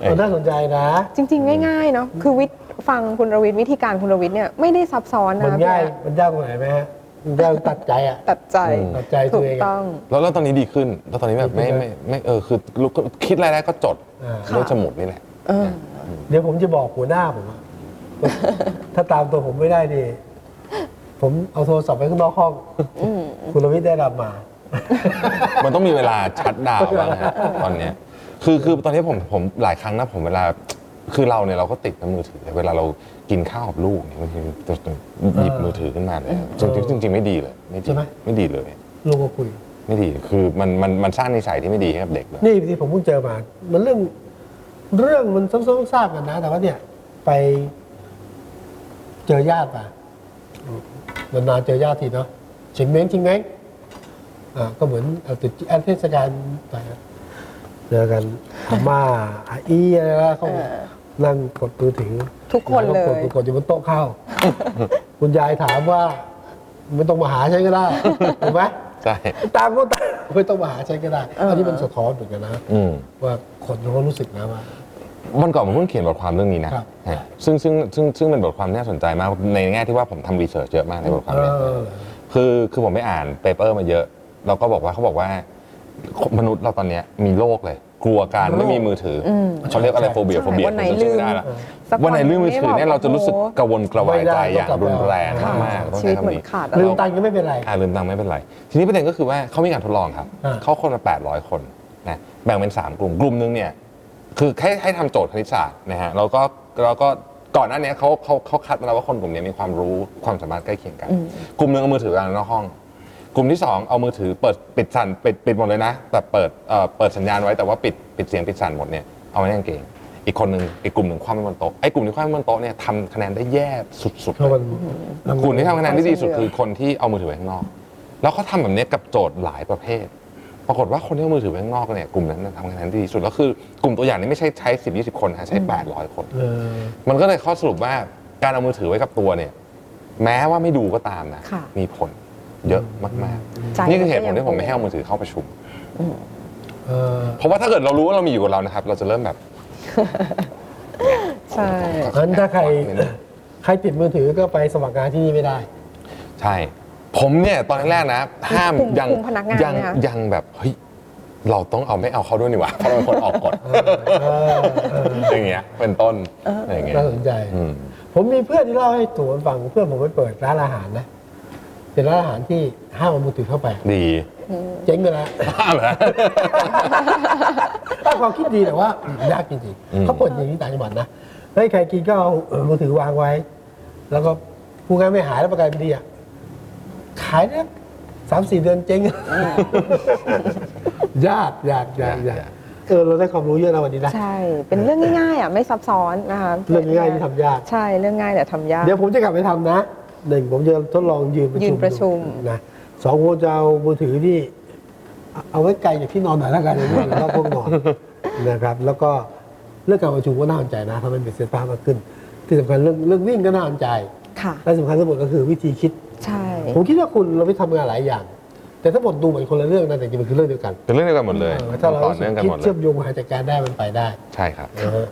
เออน่าสนใจนะ จริง ๆ ง่ายๆเนาะคือวิทย์ฟังคุณรวิทย์วิธีการคุณรวิทย์เนี่ยไม่ได้ซับซ้อนนะ มันง่าย พี่ มันยากตรงไหนไหมฮะมันยากตัดใจอ่ะ ตัดใจ อืม ตัดใจตั ถู ว ก เอง ต้ อะ อง แล้วแล้วตอนนี้ดีขึ้น แล้วตอนนี้แบบไม่ ดีขึ้น ไม่ไม่เออคือลุกก็คิดอะไรได้ก็จด อ่า ด้วย ค่ะ สมุดนี่แหละ เออ เดี๋ยวผมจะบอกหัวหน้าผม อะถ้าตามตัวผมไม่ได้ดี ผมเอาโทรศัพท์ไปข้างนอกห้อง คุณรวิทย์ได้รับมา มันต้องมีเวลาชัดดาวน์บ้างนะฮะตอนเนี้ยคือคือตอนนี้ผมผมหลายครั้งนะผมเวลาคือเราเนี่ยเราก็ติดกับมือถือเวลาเรากินข้าวกับลูกเนี่ยบางทีจะหยิบมือถือขึ้นมาเลยจริงๆจริงๆไม่ดีเลยไม่ ใช่ ดี ไหม ไม่ดีเลย ลงมาคุย ไม่ดี คือมันมันมันสร้างนิสัยที่ไม่ดีให้กับเด็กเลย นี่ที่ผมเพิ่งเจอมา มันเรื่อง เรื่องมันซ้ำๆซากๆกันนะ แต่ว่าเนี่ย ไปเจอญาติป่ะนานๆเจอญาติทีเนาะชิงเม้งชิงเม้งอ่าก็เหมือนเอาติดอันเทศกาลไปนะเจอกันอาม่าอาอีอะไรนะเขา เออ นั่งกดมือถือ ทุกคนเลย แวกดกดกดอยู่บนโต๊ะข้าว คุณยายถามว่า ไม่ต้องมาหาใช้ก็ได้ถูกไหม ใช่ ตามก็ตามไม่ต้องมาหาใช้ก็ได้ อันนี้มันสะท้อนเหมือนกันนะ อืม ว่าคนเขารู้สึกนะว่า วันก่อนผมเพิ่งเขียนบทความเรื่องนี้นะครับ ฮะซึ่งซึ่งซึ่งซึ่งเป็นบทความที่น่าสนใจมาก ในแง่ที่ว่าผมทำรีเสิร์ชเยอะมากในบทความ เอ เนี้ย อ คือคือผมไปอ่านเปเปอร์มาเยอะ เราก็บอกว่าเขาบอกว่ามนุษย์เราตอนเนี้ยมีโรคเลย กลัวการไม่มีมือถืออ ม เขาเรียกอะไรโฟเบีย ใช่ โฟเบีย วันไหน ผมจำชื่อไม่ได้ละ ลืม สักวัน วันไหนลืมมือถือเนี่ยเราจะรู้สึก โอ้โห กระวนกระวายใจ ไม่ได้ อย่างรุนแรง ต้องกลับ มาก มา ๆต้อง ชีวิตใช้เหมือนคำนี้ ขาด ลื อะไร มตังค์ก็ไม่เป็นไร อ่าลืมตังค์ไม่เป็นไร ทีนี้ประเด็นก็คือว่าเขามีการทดลองครับ อ่า เขาคนละ 800 คนนะแบ่งเป็น 3 กลุ่ม กลุ่มหนึงเนี่ยคือให้ให้ทำโจทย์คณิตศาสตร์นะฮะแล้วก็แล้วก็ก่อนหน้าเนี้ยเขาเขาเขาคัดมาแล้วว่าคนกลุ่มเนี้ยมีความรู้ความสามารถใกล้เคียงกัน อืม กลุ่มหนึงเอามือถือวางนอกห้อง กลุ่มที่ 2 เอามือถือเปิดปิดสั่นปิดปิดหมดเลยนะ แต่เปิดเอ่อเปิดสัญญาณไว้แต่ว่าปิดปิดเสียงปิดสั่นหมดเนี่ยเอาไว้ในกางเกงอีกคนหนึ่งอีกกลุ่มหนึ่งคว่ำไว้บนโต๊ะไอ้กลุ่มที่คว่ำไว้บนโต๊ะเนี่ยทำคะแนนได้แย่สุดๆ เพ เลย ราะมัน กลุ่มที่ทำคะแนนได้ดีสุด ความเชื่อ คือคนที่เอามือถือไว้ข้างนอก แล้วเขาทำแบบนี้กับโจทย์หลายประเภท ปรากฏว่าคนที่เอามือถือไว้ข้างนอกเนี่ยกลุ่มนั้นนะทำคะแนนได้ดีสุดแล้วคือกลุ่มตัวอย่างนี้ไม่ใช่ใช้10 20 คนนะใช้ 800 คน เออ มันก็เลยข้อสรุปว่าการเอามือถือไว้กับตัวเนี่ย แม้ว่าไม่ดูก็ตามนะ ค่ะ มีผลเยอะมาก ใจ ๆ นี่คือเหตุผลที่ผมไม่ให้เอามือถือเข้าประชุม เออ เพราะว่าถ้าเกิดเรารู้ว่าเรามีอยู่กับเรานะครับ เราจะเริ่มแบบ ใช่ อันถ้าใคร ใครติดมือถือก็ไปสมัครงานที่นี่ไม่ได้ ใช่ ผมเนี่ยตอนแรกๆนะ ห้าม คุม ยัง คุมพนักงาน ยัง ไหมคะ ยังแบบเฮ้ยเราต้องเอาไม่เอาเขาด้วยนี่หว่าเพราะเราเป็นคนออกก ฎ เออเออ อย่างเงี้ยเป็นต้นอะไรอย่างเงี้ย น่าสนใจ อืม ผมมีเพื่อนที่เล่าให้ตัวฟังเพื่อนผมไปเปิดร้านอาหารนะเป็นร้านอาหารที่ห้ามเอามือถือเข้าไป ดี เจ๊งไปแล้ว ห้ามเหรอ ตั้งความคิดดีแต่ว่า ยากจริง อืๆมเขาเปิดอย่างนี้ต่างจังหวัดนะให้ใครกินก็เอาเอ่อมือถือวางไว้ แล้วก็ผู้งานไม่หายแล้วประกันไม่ดีอ่ะขายได้สามสี่เดือนเจ๊ง ยากยากยากยากเออเราได้ความรู้เยอะนะวันนี้นะ ใช่ เป็นเรื่องง่ายๆอ่ะไม่ซับซ้อนนะคะ เรื่องง่ายที่ทำยาก ใช่เรื่องง่ายแต่ทำยาก เดี๋ยวผมจะกลับไปทำนะหนึ่งผมจะทดลองยืนประชุม ยืนประชุม ดูนะสองผมจะเอามือถือที่เอาเอาไว้ไกลจากที่นอนหน่อยแล้วกัน อย่างนี้แล้วก็พวกนอนนะครับ แล้วก็เรื่องการประชุมก็น่าสนใจนะทำให้เป็นเสถียรภาพมากขึ้น ที่สำคัญเรื่องเรื่องวิ่งก็น่าสนใจ ค่ะ และสำคัญที่สุดก็คือวิธีคิด ใช่ ผมคิดว่าคุณเราไปทำงานหลายอย่าง แต่ทั้งหมดดูเหมือนคนละเรื่องนะแต่จริงๆมันคือเรื่องเดียวกัน เป็นเรื่องเดียวกันหมดเลย เออถ้าเรา ต่อเนื่องกัน คิด หมดเล เชื่ ย อมโยงหาจัดการได้มันไปได้ ใช่ครับ นะฮะ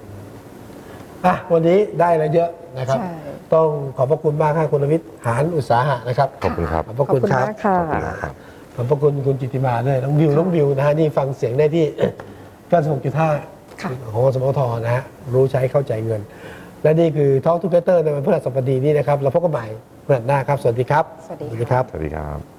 อ่ะวันนี้ได้อะไรเยอะนะครับ ใช่ ต้องขอบพระคุณมากค่ะคุณวิทย์หานอุตสาหะนะครับ ขอบคุณครับ ขอบพระคุณครับ มากค่ะ ขอบคุณนะครับ ขอบพระคุณคุณจิตติมาด้วยน้องบิวน้องบิวนะฮะนี่ฟังเสียงได้ที่ 96.5 ค่ะ ของสมทนะฮะรู้ใช้เข้าใจเงิน และนี่คือท a อ k ทูเ g เตอร์ในวันพฤหัสบดีนี้นะครับ เราพบกันใหม่พฤหัสหน้าครับ สวัสดีครับ สวัสดีค่ะ สวัสดีครับ